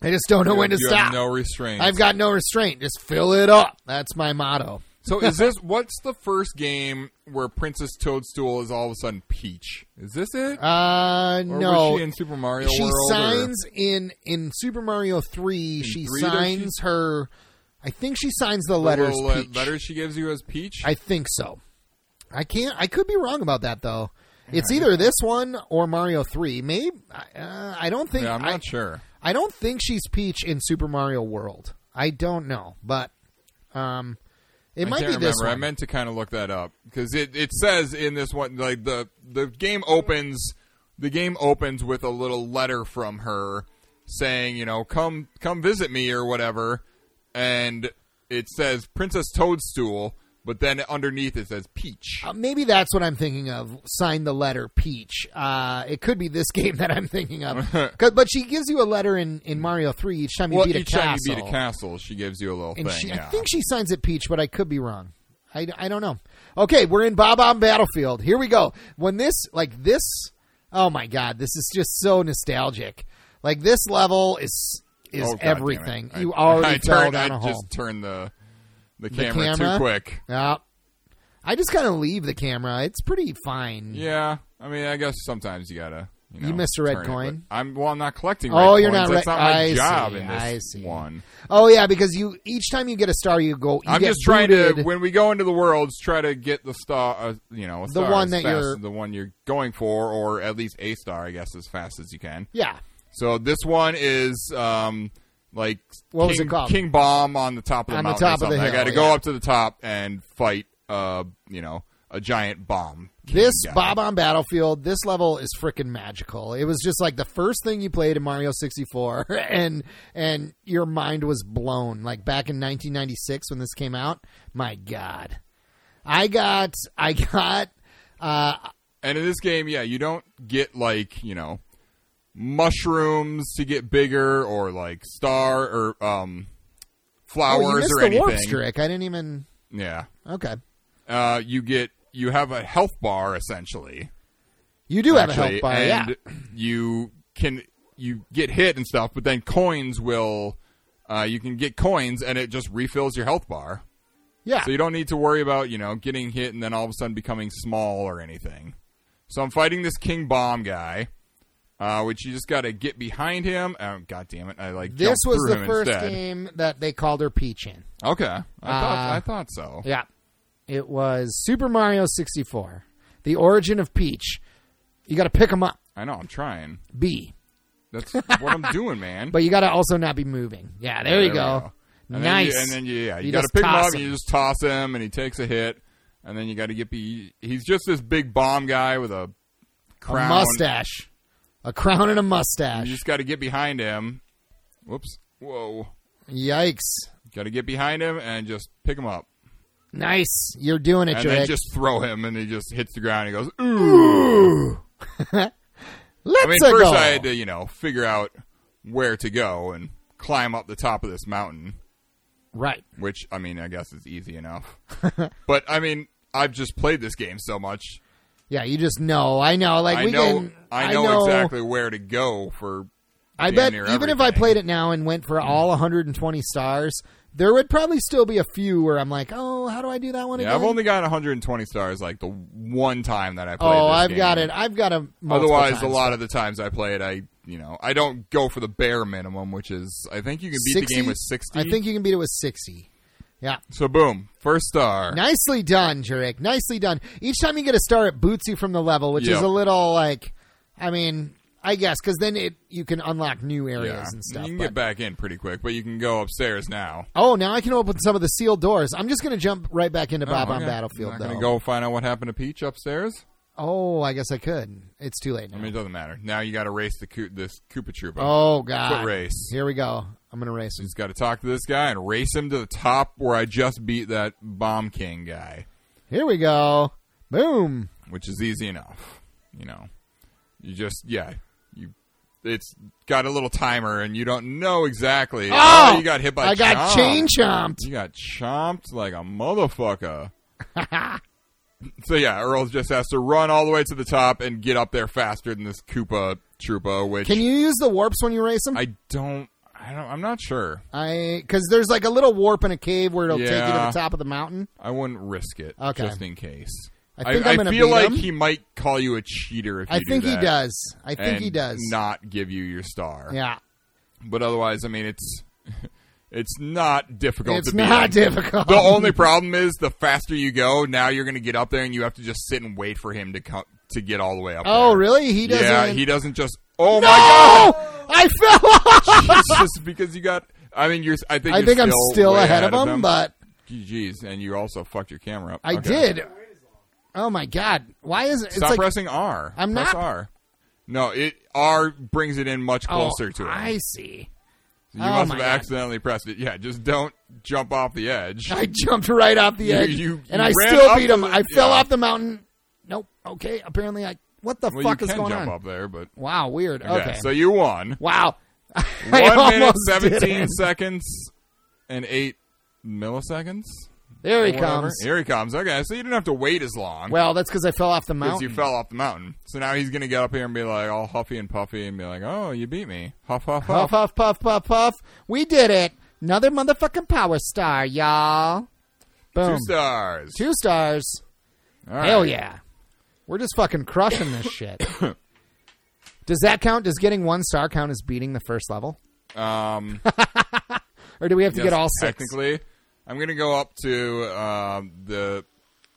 S1: I just don't know
S2: You
S1: when to
S2: have- you have
S1: stop.
S2: no restraint.
S1: I've got no restraint. Just fill it up. That's my motto. [laughs]
S2: So is this what's the first game where Princess Toadstool is all of a sudden Peach? Is this it?
S1: Uh,
S2: or
S1: no.
S2: was she in Super Mario
S1: she
S2: World? or-
S1: signs in in Super Mario three. She
S2: three, does
S1: signs her. I think she signs the
S2: the
S1: letters.
S2: little, uh,
S1: Peach.
S2: letters she gives you as Peach.
S1: I think so. I can't. I could be wrong about that though. It's either this one or Mario three. Maybe uh, I don't think.
S2: yeah, I'm not
S1: I,
S2: sure.
S1: I don't think she's Peach in Super Mario World. I don't know, but um, it
S2: I
S1: might
S2: can't
S1: be this
S2: remember. I
S1: one.
S2: meant to kind of look that up because it, it says in this one like the the game opens the game opens with a little letter from her saying you know come come visit me or whatever, and it says Princess Toadstool. but then underneath it says peach.
S1: Uh, maybe that's what I'm thinking of. Sign the letter Peach. Uh, it could be this [laughs] game that I'm thinking
S2: [laughs]
S1: of. 'Cause- but she gives you a letter in, in Mario Three each time you
S2: well,
S1: beat a
S2: each time
S1: castle.
S2: you beat a castle, she gives you a little
S1: and
S2: thing.
S1: she,
S2: yeah.
S1: I think she signs it Peach, but I could be wrong. I, I don't know. Okay, we're in Bob on Battlefield. Here we go. When this, like this, oh my God, this is just so nostalgic. Like this level is is
S2: Oh, God damn it.
S1: everything.
S2: I-
S1: you already
S2: [laughs] I
S1: fell
S2: turned,
S1: down
S2: I
S1: a hole.
S2: just turned the the camera,
S1: camera?
S2: too quick.
S1: yeah. I just kind of leave the camera. It's pretty fine.
S2: Yeah, I mean, I guess sometimes you gotta. You, know,
S1: You missed a red
S2: turn it,
S1: coin?
S2: but I'm well. I'm not collecting.
S1: Oh,
S2: red
S1: you're
S2: coins.
S1: not
S2: That's
S1: red-
S2: not my
S1: I
S2: job
S1: see,
S2: in this
S1: I see.
S2: one.
S1: Oh yeah, because you each time you get a star, you go. You
S2: I'm
S1: get
S2: just trying to
S1: booted.
S2: when we go into the worlds, try to get the star, uh, you know, a star
S1: one
S2: as
S1: that
S2: fast
S1: you're-
S2: as the one you're going for, or at least a star, I guess, as fast as you can.
S1: Yeah,
S2: So this one is um like
S1: What
S2: King,
S1: was it called?
S2: King Bomb on the top of the
S1: On the
S2: mountain. or
S1: top of the
S2: something. I
S1: hill,
S2: got to go
S1: yeah.
S2: up to the top and fight, uh, you know, a giant bomb.
S1: this
S2: guy.
S1: Bob on Battlefield, this level is freaking magical. It was just like the first thing you played in Mario 64, [laughs] and and your mind was blown. Like back in 1996 when this came out, my God, I got I got. Uh,
S2: And in this game, yeah, you don't get like you know mushrooms to get bigger or like star or um
S1: oh,
S2: flowers
S1: you missed
S2: or
S1: the
S2: anything.
S1: warp trick. I didn't even.
S2: Yeah,
S1: Okay,
S2: uh, you get you have a health bar essentially.
S1: you do have
S2: actually,
S1: a health bar. yeah,
S2: and you can you get hit and stuff, but then coins will uh, you can get coins and it just refills your health bar,
S1: yeah.
S2: so you don't need to worry about you know getting hit and then all of a sudden becoming small or anything. So I'm fighting this King Bomb guy. Uh, which you just got to get behind him. Oh, God damn it! I like
S1: this
S2: jumped
S1: was
S2: through
S1: the
S2: him
S1: first
S2: instead.
S1: game that they called her Peach in.
S2: Okay, I
S1: Uh,
S2: thought I thought so.
S1: Yeah. It was Super Mario 64, The Origin of Peach. You got to pick them up,
S2: I know I'm trying.
S1: B, [laughs]
S2: That's what I'm doing, man.
S1: but you got to also not be moving. Yeah, there, you
S2: we
S1: go.
S2: And
S1: Nice.
S2: Then you, and then you, yeah, you,
S1: You
S2: got to
S1: just
S2: pick him
S1: toss
S2: up. and
S1: him.
S2: You just toss him, and he takes a hit, and then you got to get be. He's just this big bomb guy with a crown.
S1: a mustache, a crown and a mustache.
S2: You just got to get behind him. Whoops! Whoa!
S1: Yikes!
S2: Got to get behind him and just pick him up,
S1: Nice, you're doing it,
S2: and
S1: Drake.
S2: then just throw him, and he just hits the ground. and He goes, "Ooh!"
S1: [laughs] Let's
S2: I mean,
S1: go.
S2: first I had to, you know, figure out where to go and climb up the top of this mountain.
S1: right.
S2: which I mean, I guess is
S1: [laughs]
S2: easy enough. but I mean, I've just played this game so much.
S1: Yeah, you just know. I know. Like
S2: I
S1: we
S2: know,
S1: can.
S2: I know, exactly where to go for.
S1: I
S2: damn
S1: bet
S2: near
S1: even if I
S2: everything. Mm.
S1: played it now and went for all 120 stars, there would probably still be a few where I'm like, oh, how do I do that one
S2: Yeah,
S1: again?
S2: I've only got 120 stars like the one time that I played.
S1: Oh,
S2: this
S1: I've
S2: game.
S1: got it. I've got a. multiple
S2: Otherwise, a
S1: times.
S2: lot of the times I play it, I you know, I don't go for the bare minimum, which is I think you can beat the game with 60.
S1: I think you can beat it with sixty. Yeah,
S2: so. Boom, first star.
S1: nicely done, Jurek. Nicely done. Each time you get a star, it boots you from the level, which is
S2: Yep.
S1: a little like, I mean, I guess because then it you can unlock new areas
S2: Yeah.
S1: and stuff.
S2: you can
S1: but-
S2: get back in pretty quick, but you can go upstairs now.
S1: oh, now I can open some of the sealed doors. I'm just going to jump right back into Bob
S2: Oh,
S1: on
S2: okay.
S1: Battlefield
S2: I'm not
S1: though.
S2: gonna go find out what happened to Peach upstairs.
S1: Oh, I guess I could. It's too late now.
S2: I mean, it doesn't matter. Now you got to race the Koo- this Koopa Troopa.
S1: oh God!
S2: Foot race.
S1: Here we go. I'm going to race.
S2: You just got to talk to this guy and race him to the top where I just beat that Bomb King guy,
S1: Here we go. Boom.
S2: which is easy enough. You know, you just yeah, you it's got a little timer and you don't know exactly.
S1: Oh!
S2: you got hit by.
S1: I got
S2: chomp.
S1: chain chomped.
S2: You got chomped like
S1: [laughs]
S2: a motherfucker. so yeah, Earl just has to run all the way to the top and get up there faster than this Koopa Troopa, which
S1: Can you use the warps when you race them?
S2: I don't. I don't. I'm not sure.
S1: I because there's like a little warp in a cave where it'll take you to
S2: Yeah.
S1: the top of the mountain.
S2: I wouldn't risk it.
S1: Okay.
S2: Just in case.
S1: I think I'm gonna
S2: feel
S1: beat
S2: like
S1: him.
S2: he might call you a cheater if you
S1: I
S2: do
S1: think he
S2: that
S1: does. I think he
S2: and
S1: does.
S2: Not give you your star.
S1: yeah,
S2: But otherwise, I mean, it's [laughs] it's not difficult.
S1: it's
S2: to beat
S1: not [laughs]
S2: him.
S1: difficult.
S2: The only problem is the faster you go, now you're going to get up there and you have to just sit and wait for him to come to get all the way up.
S1: oh,
S2: there.
S1: really? He doesn't.
S2: Yeah, he doesn't just. Oh my god! [laughs]
S1: Oh, I fell off.
S2: It's just because you got. I mean, you're. I think
S1: I
S2: you're
S1: think I'm still
S2: way
S1: ahead of him, but
S2: Jeez, and you also fucked your camera up.
S1: I
S2: Okay.
S1: did. Oh my god! Why is it? It's
S2: Stop
S1: like
S2: pressing R.
S1: I'm
S2: Press
S1: not-
S2: R. No, it R brings it in much
S1: oh,
S2: closer to it.
S1: I see.
S2: You
S1: Oh,
S2: must
S1: my
S2: have
S1: God.
S2: accidentally pressed it. Yeah, just don't jump off
S1: [laughs]
S2: the edge.
S1: I jumped right off the
S2: You-
S1: edge,
S2: you-
S1: and
S2: you
S1: I
S2: ran
S1: still
S2: up
S1: beat
S2: to
S1: him.
S2: the-
S1: I fell
S2: yeah.
S1: off the mountain. Nope. Okay. Apparently, I. What the
S2: Well,
S1: fuck
S2: you
S1: is
S2: can
S1: going
S2: jump
S1: on?
S2: up there, but
S1: Wow. Weird. Okay.
S2: yeah. So you won.
S1: wow. [laughs] I
S2: One minute,
S1: almost did it.
S2: seventeen seconds, and eight milliseconds.
S1: There he
S2: or whatever.
S1: comes.
S2: Here he comes. Okay, so you didn't have to wait as long
S1: Well, that's because I fell off the
S2: because you
S1: mountain.
S2: fell off the mountain. So now he's gonna get up here and be like all huffy and puffy and be like, "Oh, you beat me, huff huff
S1: Puff,
S2: huff."
S1: puff, puff, puff, puff. We did it. Another motherfucking power star, y'all. Boom.
S2: Two stars.
S1: Two stars.
S2: All right.
S1: Hell yeah. We're just fucking crushing
S2: [coughs]
S1: this shit. Does that count? Does getting one star count as beating the first level?
S2: Um,
S1: [laughs] Or do we have to
S2: yes,
S1: get all six?
S2: Technically, I'm gonna go up to um, the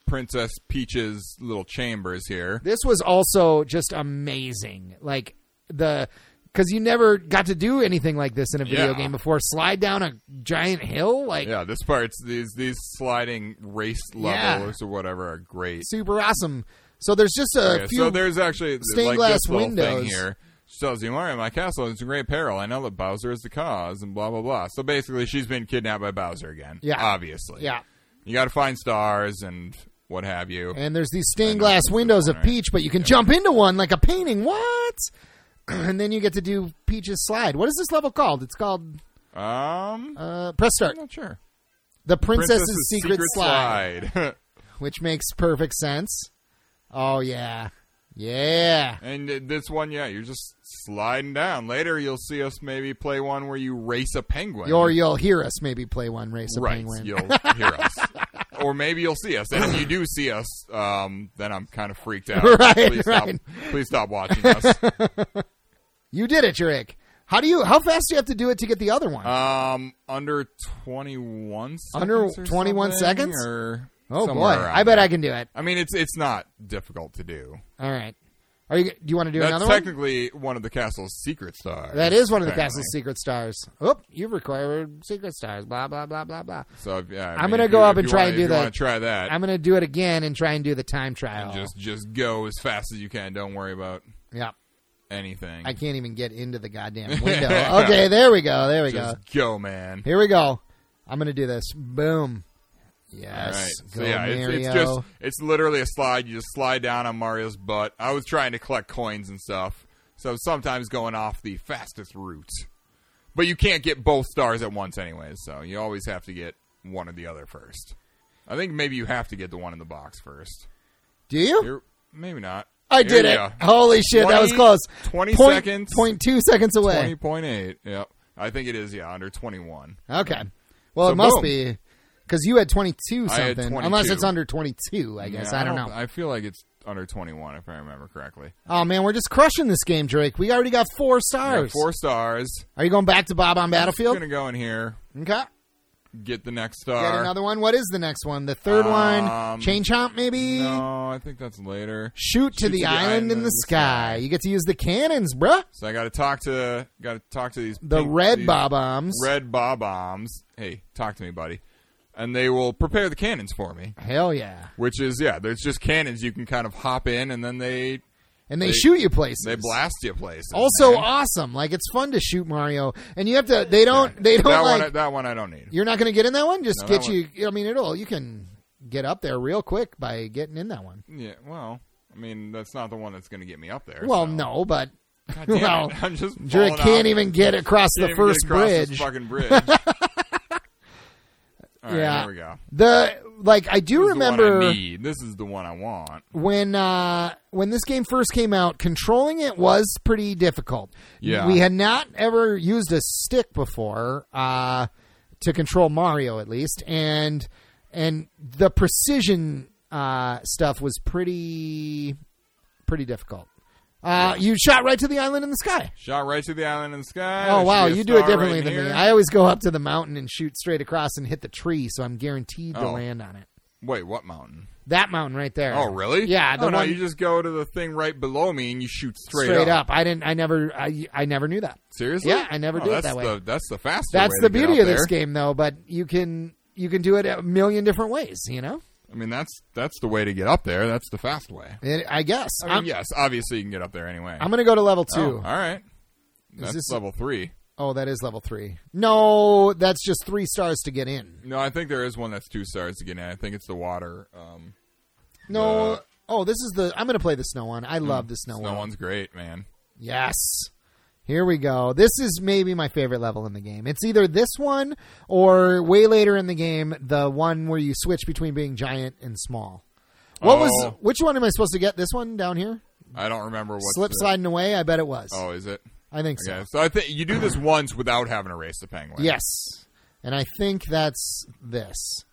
S2: Princess Peach's little chambers here.
S1: This was also just amazing. Like the because you never got to do anything like this in a video
S2: Yeah.
S1: game before. Slide down a giant hill, like
S2: Yeah, this part's these these sliding race
S1: Yeah.
S2: levels or whatever are great.
S1: super awesome. So there's just a
S2: Okay,
S1: few.
S2: so there's actually
S1: stained
S2: like
S1: glass
S2: this little
S1: windows.
S2: thing here. She tells you, "Mario, my castle is in great peril. I know that Bowser is the cause, and blah blah blah." So basically, she's been kidnapped by Bowser again.
S1: Yeah.
S2: obviously.
S1: yeah,
S2: you got to find stars and what have you.
S1: and there's these stained
S2: know,
S1: glass
S2: this is
S1: windows of
S2: one, right?
S1: Peach, but you can jump into one like a painting. What? [clears throat] and then you get to do Peach's slide. What is this level called? It's called
S2: um,
S1: uh, press start.
S2: I'm not sure.
S1: The princess's,
S2: Princess's
S1: secret, slide,
S2: slide. [laughs]
S1: which makes perfect sense. Oh yeah, yeah.
S2: and uh, this one, yeah, you're just sliding down. Later, you'll see us maybe play one where you race a penguin.
S1: Or you'll hear us maybe play one race of
S2: right,
S1: penguin.
S2: you'll hear
S1: [laughs]
S2: us, or maybe you'll see us. And if you do see us, um, then I'm kind of freaked out.
S1: [laughs] Right,
S2: please
S1: right.
S2: stop. Please stop watching us.
S1: [laughs] You did it, Drake. How do you? How fast do you have to do it to get the other one?
S2: Um, under 21 seconds.
S1: Under
S2: or
S1: 21
S2: something,
S1: seconds?
S2: Or
S1: oh boy,
S2: somewhere around
S1: I bet
S2: there.
S1: I can do it.
S2: I mean, it's it's not difficult to do.
S1: All right. Are you? Do you want to do
S2: That's
S1: another one?
S2: technically one? of the castle's secret stars.
S1: That is one of the
S2: apparently.
S1: castle's secret stars. Oop, you've required secret stars. Blah blah blah blah blah.
S2: So if- yeah, I
S1: I'm
S2: mean,
S1: gonna
S2: if
S1: go
S2: you-
S1: up
S2: if
S1: and
S2: you
S1: try
S2: wanna-
S1: and do
S2: if you
S1: that.
S2: wanna try that.
S1: I'm gonna do it again and try and do the time trial.
S2: and just just go as fast as you can. Don't worry about
S1: yeah,
S2: anything.
S1: I can't even get into the
S2: [laughs]
S1: goddamn window. okay, there we go. There we go.
S2: just go, man.
S1: Here we go. I'm gonna do this. Boom.
S2: All right.
S1: Yes.
S2: So
S1: Go,
S2: yeah, it's,
S1: Mario.
S2: it's just it's literally a slide. You just slide down on Mario's butt. I was trying to collect coins and stuff, so sometimes going off the fastest route. But you can't get both stars at once, anyways. So you always have to get one or the other first. I think maybe you have to get the one in the box first.
S1: do you?
S2: Here- maybe not.
S1: I did it. Holy shit, that was
S2: 20
S1: close.
S2: 20
S1: Point-
S2: seconds.
S1: Point two seconds
S2: Twenty
S1: away.
S2: point eight. Yep. I think it is. Yeah, under twenty one.
S1: Okay. Well,
S2: So
S1: it must
S2: boom.
S1: be because you had 22
S2: I had
S1: something. Unless
S2: 22.
S1: it's under 22, I guess. I, don't know.
S2: I feel like it's under twenty one if I remember correctly.
S1: oh, man, we're just crushing this game, Drake. We already got four
S2: Yeah,
S1: stars.
S2: four stars.
S1: Are you going back to Bob on
S2: I'm
S1: Battlefield?
S2: gonna go in here,
S1: Okay.
S2: get the next star.
S1: Get another one. What is the next one? The third one?
S2: Um,
S1: Chain Chomp, maybe?
S2: No, I think that's later.
S1: Shoot to the, island, in the sky. You get to use the cannons, bruh.
S2: So I got to talk to got to talk to these
S1: The
S2: pink-
S1: red
S2: these
S1: bob bombs.
S2: red bob bombs. Hey, talk to me, buddy. And they will prepare the cannons for me,
S1: Hell yeah.
S2: which is yeah. There's just cannons you can kind of hop in, and then they
S1: And they,
S2: They-
S1: shoot you places.
S2: they blast you places.
S1: also
S2: man.
S1: awesome. Like it's fun to shoot Mario, and you have to. They don't. They don't
S2: that
S1: like.
S2: one. I- That one I don't need.
S1: you're not going to get in that one. Just
S2: No,
S1: get
S2: that
S1: you. I mean, it'll. You can get up there real quick by getting in that one.
S2: Yeah. Well, I mean, that's not the one that's going to get me up there.
S1: Well,
S2: so.
S1: no, but
S2: God damn it. [laughs]
S1: well,
S2: I'm just
S1: Drake
S2: falling off.
S1: can't even get across
S2: Can't
S1: the
S2: even get
S1: first
S2: across this
S1: bridge.
S2: fucking
S1: [laughs]
S2: bridge. All right,
S1: Yeah.
S2: There we go.
S1: The like I do
S2: This is the one I
S1: remember
S2: need. This is the one I want.
S1: when uh, when this game first came out, controlling it was pretty difficult.
S2: Yeah.
S1: we had not ever used a stick before uh, to control Mario, at least, and and the precision uh, stuff was pretty pretty difficult. Uh, You shot right to the island in the sky.
S2: Shot right to the island in the sky.
S1: Oh
S2: There
S1: wow,
S2: should be a
S1: you do it
S2: star
S1: differently
S2: right
S1: than
S2: here.
S1: me. I always go up to the mountain and shoot straight across and hit the tree, so I'm guaranteed to
S2: Oh.
S1: land on it.
S2: Wait, what mountain?
S1: That mountain right there.
S2: Oh, really?
S1: Yeah, the
S2: oh, no,
S1: one-
S2: you just go to the thing right below me and you shoot straight,
S1: straight up. I didn't. I never. I, I never knew that.
S2: Seriously?
S1: Yeah, I never
S2: oh,
S1: do it
S2: that's
S1: that way.
S2: The, that's the faster.
S1: That's
S2: way
S1: the
S2: to get
S1: beauty
S2: up
S1: of this
S2: there.
S1: game, though. But you can you can do it a million different ways. You know,
S2: I mean, that's that's the way to get up there. That's the fast way.
S1: It- I guess.
S2: I mean,
S1: I'm,
S2: yes, obviously you can get up there anyway.
S1: I'm gonna go to level
S2: Oh,
S1: two.
S2: all right. That's
S1: this-
S2: level three.
S1: Oh, that is level three. No, that's just three stars to get in.
S2: No, I think there is one that's two stars to get in. I think it's the water. Um,
S1: No.
S2: Uh,
S1: oh, this is the. I'm going to play the snow one. I love the snow,
S2: no
S1: one.
S2: one's great, man.
S1: Yes. Here we go. This is maybe my favorite level in the game. It's either this one or way later in the game, the one where you switch between being giant and small. What was
S2: Oh.
S1: which one am I supposed to get? This one down here?
S2: I don't remember what
S1: Slip
S2: the-
S1: sliding away? I bet it was.
S2: Oh, is it?
S1: I think so.
S2: Okay, so I think you do this once without having to race the penguin.
S1: Yes. And I think that's this.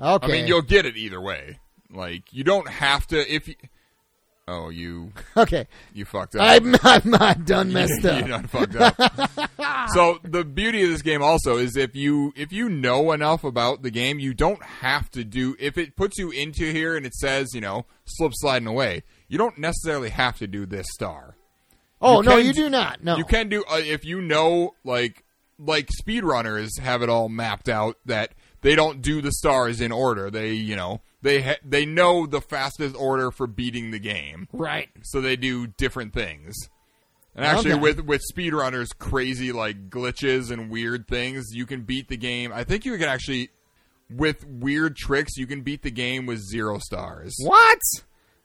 S1: Okay.
S2: I mean you'll get it either way. Like you don't have to if you. Oh, you
S1: [laughs] okay.
S2: you fucked up.
S1: I'm, [laughs] I'm not done
S2: [laughs]
S1: messed
S2: You
S1: up.
S2: done fucked up. so the beauty of this game also is if you if you know enough about the game, you don't have to do. If it puts you into here and it says you know slip sliding away, you don't necessarily have to do this star.
S1: oh,
S2: you
S1: no,
S2: can
S1: you
S2: do-
S1: do not. No.
S2: You can do uh, if you know like like speedrunners have it all mapped out that they don't do the stars in order. They you know they ha- they know the fastest order for beating the game
S1: Right.
S2: so they do different things. And actually,
S1: Okay.
S2: with with speedrunners, crazy like glitches and weird things, you can beat the game. I think you can actually, with weird tricks, you can beat the game with zero stars.
S1: What?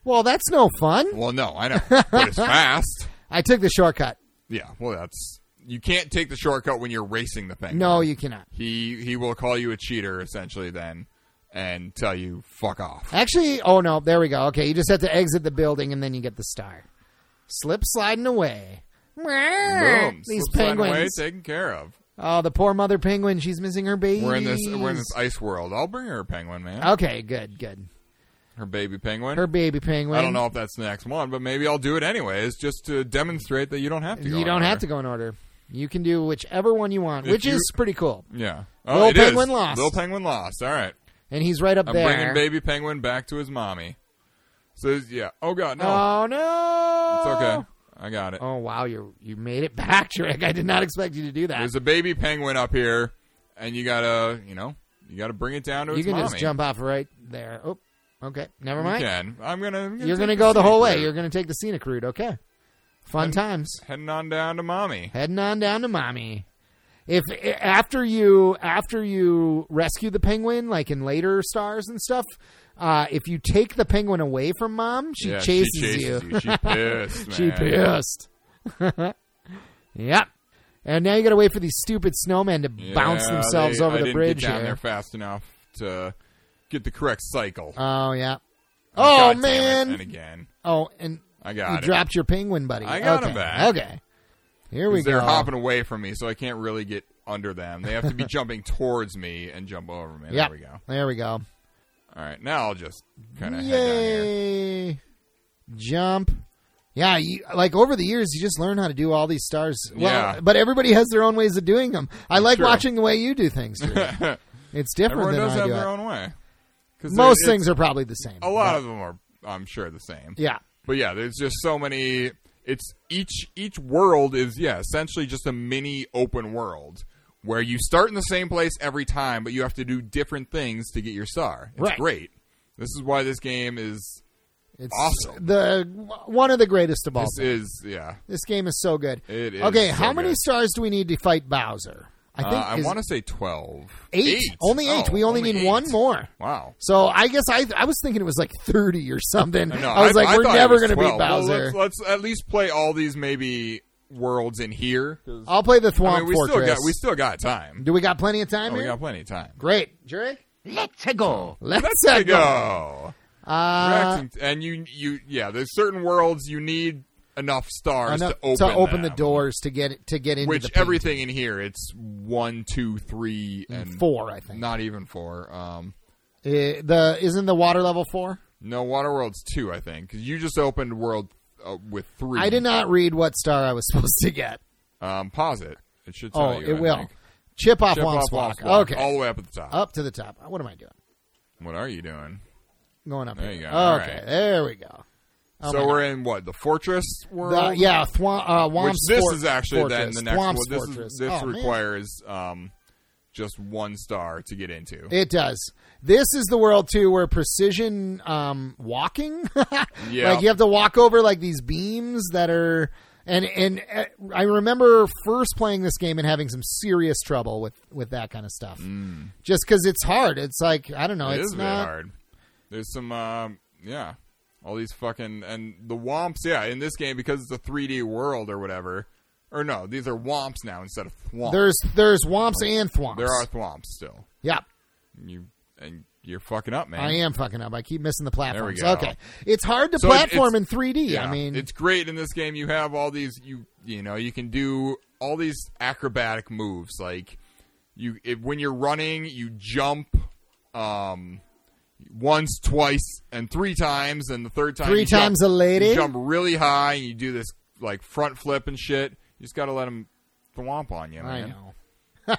S1: Well, that's no fun.
S2: Well, no,
S1: [laughs]
S2: I know, but it's fast.
S1: I took the shortcut.
S2: Yeah, well, that's you can't take the shortcut when you're racing the thing.
S1: No, you cannot.
S2: he he will call you a cheater essentially then, and tell you fuck off.
S1: Actually, oh no, there we go. Okay, you just have to exit the building and then you get the star. Slip sliding away.
S2: Boom!
S1: These
S2: Slips right away,
S1: penguins.
S2: taken care of.
S1: Oh, the poor mother penguin. She's missing her baby.
S2: We're in this we're in this ice world. I'll bring her a penguin, man.
S1: Okay, good, good.
S2: Her baby penguin.
S1: Her baby penguin.
S2: I don't know if that's the next one, but maybe I'll do it anyways, just to demonstrate that you don't have to. Go
S1: You don't
S2: anywhere.
S1: have to go in order. You can do whichever one you want,
S2: If
S1: which
S2: you-
S1: is pretty cool.
S2: Yeah. Oh,
S1: Little
S2: it is.
S1: Penguin lost.
S2: Little penguin lost. All right.
S1: And he's right up
S2: I'm
S1: there.
S2: bringing baby penguin back to his mommy. So yeah. Oh god, no.
S1: Oh no!
S2: it's okay. I got it.
S1: Oh wow, you you made it back, Trick. I did not expect you to do that.
S2: There's a baby penguin up here, and you gotta, you know, you gotta bring it down to
S1: you
S2: its
S1: can
S2: mommy.
S1: just jump off right there. Oh, okay. Never
S2: You
S1: mind.
S2: can. I'm gonna. I'm gonna
S1: You're
S2: take
S1: going to go the
S2: scenic
S1: whole way.
S2: route.
S1: You're going to take the scenic route. Okay. Fun times.
S2: heading on down to mommy.
S1: Heading on down to mommy. If after you after you rescue the penguin, like in later stars and stuff, uh, if you take the penguin away from mom, she
S2: yeah,
S1: chases,
S2: she chases you.
S1: [laughs]
S2: She pissed, man.
S1: She pissed. [laughs] yep. And now you got to wait for these stupid snowmen to bounce
S2: Yeah,
S1: themselves
S2: they-
S1: over
S2: I
S1: the
S2: didn't
S1: bridge
S2: get down
S1: here.
S2: there fast enough to get the correct cycle.
S1: Oh yeah.
S2: God
S1: Oh
S2: damn it.
S1: man.
S2: And again,
S1: Oh, and
S2: I
S1: you
S2: got it.
S1: dropped your penguin, buddy.
S2: I got
S1: okay.
S2: him back.
S1: Okay. Here we
S2: 'Cause They're
S1: go.
S2: hopping away from me, so I can't really get under them. They have
S1: [laughs]
S2: to be jumping towards me and jump over me.
S1: Yep.
S2: There we go.
S1: There we go.
S2: All right, now I'll just kind of head down here.
S1: Yay! Jump. Yeah, you, like over the years, you just learn how to do all these stars. Well,
S2: Yeah.
S1: But everybody has their own ways of doing them. I like
S2: true.
S1: watching the way you do
S2: [laughs]
S1: things. Drew. it's different
S2: Everyone
S1: than
S2: does
S1: I
S2: have
S1: do.
S2: their
S1: it.
S2: own way. 'Cause
S1: Most
S2: there-
S1: things are probably the same.
S2: A lot of them are, I'm sure, the same.
S1: Yeah.
S2: But yeah, there's just so many. It's each each world is yeah essentially just a mini open world where you start in the same place every time, but you have to do different things to get your star. It's
S1: Right.
S2: great. This is why this game is
S1: It's
S2: Awesome.
S1: The one of the greatest of all.
S2: this
S1: time.
S2: is yeah.
S1: This game is so good.
S2: It is
S1: okay,
S2: so
S1: how many
S2: good.
S1: stars do we need to fight Bowser? I
S2: Uh,
S1: think
S2: I
S1: is
S2: want to say twelve.
S1: eight. Only eight.
S2: Oh,
S1: we only, need
S2: eight.
S1: one more.
S2: Wow.
S1: So I guess I I was thinking it was like thirty or something.
S2: No,
S1: I was like, we're
S2: thought it
S1: never
S2: was
S1: going to beat
S2: 12. Well,
S1: Bowser.
S2: let's, let's at least play all these maybe worlds in here. 'cause,
S1: I'll play the Thwomp
S2: I mean, we
S1: Fortress.
S2: still got we still got time.
S1: Do we got plenty of time
S2: Oh, we
S1: here?
S2: got plenty of time.
S1: Great, Jerry.
S3: Let's go.
S1: Let's,
S2: There you
S1: go.
S2: go.
S1: Uh,
S2: Correct. and you, you, yeah. There's certain worlds you need enough stars
S1: enough
S2: to open
S1: the
S2: them,
S1: doors to get to get into
S2: Which
S1: the painting.
S2: everything in here, it's one, two, three, and
S1: four. I think
S2: Not even four. Um,
S1: Uh, the isn't the water level four.
S2: no, Water World's two, I think, 'cause you just opened world uh, with three.
S1: I did not read what star I was [laughs] supposed to get.
S2: Um, pause it. It should tell
S1: Oh,
S2: you.
S1: it
S2: I
S1: will.
S2: think.
S1: Chip off
S2: Chip
S1: Womp's
S2: off
S1: walk.
S2: Womp's walk,
S1: Okay,
S2: all the way up at the top.
S1: up to the top. What am I doing?
S2: What are you doing?
S1: Going up.
S2: There
S1: here.
S2: you go.
S1: Okay,
S2: All right.
S1: there we go. Oh my
S2: so we're in what the fortress world.
S1: The- yeah, Thwom, uh,
S2: Which
S1: Womp's
S2: this
S1: fort-
S2: is actually then
S1: fortress.
S2: the next
S1: Thwomp's
S2: one. This,
S1: fortress.
S2: is, this
S1: Oh, man.
S2: requires um, just one star to get into.
S1: It does. This is the world too, where precision um, walking, [laughs]
S2: Yeah.
S1: like you have to walk over like these beams that are and and uh, I remember first playing this game and having some serious trouble with with that kind of stuff. Just because it's hard. It's like I don't know.
S2: Mm. it
S1: it's
S2: is a bit
S1: not
S2: hard. There's some, um, yeah, all these fucking and the womps. Yeah, in this game because it's a 3D world or whatever. Or no, these are womps now instead of thwomps.
S1: There's there's womps and thwomps.
S2: there are thwomps still.
S1: Yeah,
S2: You and you're fucking up, man.
S1: I am fucking up. I keep missing the platforms.
S2: go.
S1: Okay, it's hard to
S2: So it-
S1: platform
S2: it's-
S1: in 3D.
S2: Yeah,
S1: I mean,
S2: it's great in this game. You have all these you you know you can do all these acrobatic moves. Like you if, when you're running, you jump um once, twice, and three times, and the third time
S1: Three
S2: you jump-
S1: times a lady?
S2: You jump really high, and you do this like front flip and shit. You just got to let them thwomp on you,
S1: I
S2: man.
S1: know.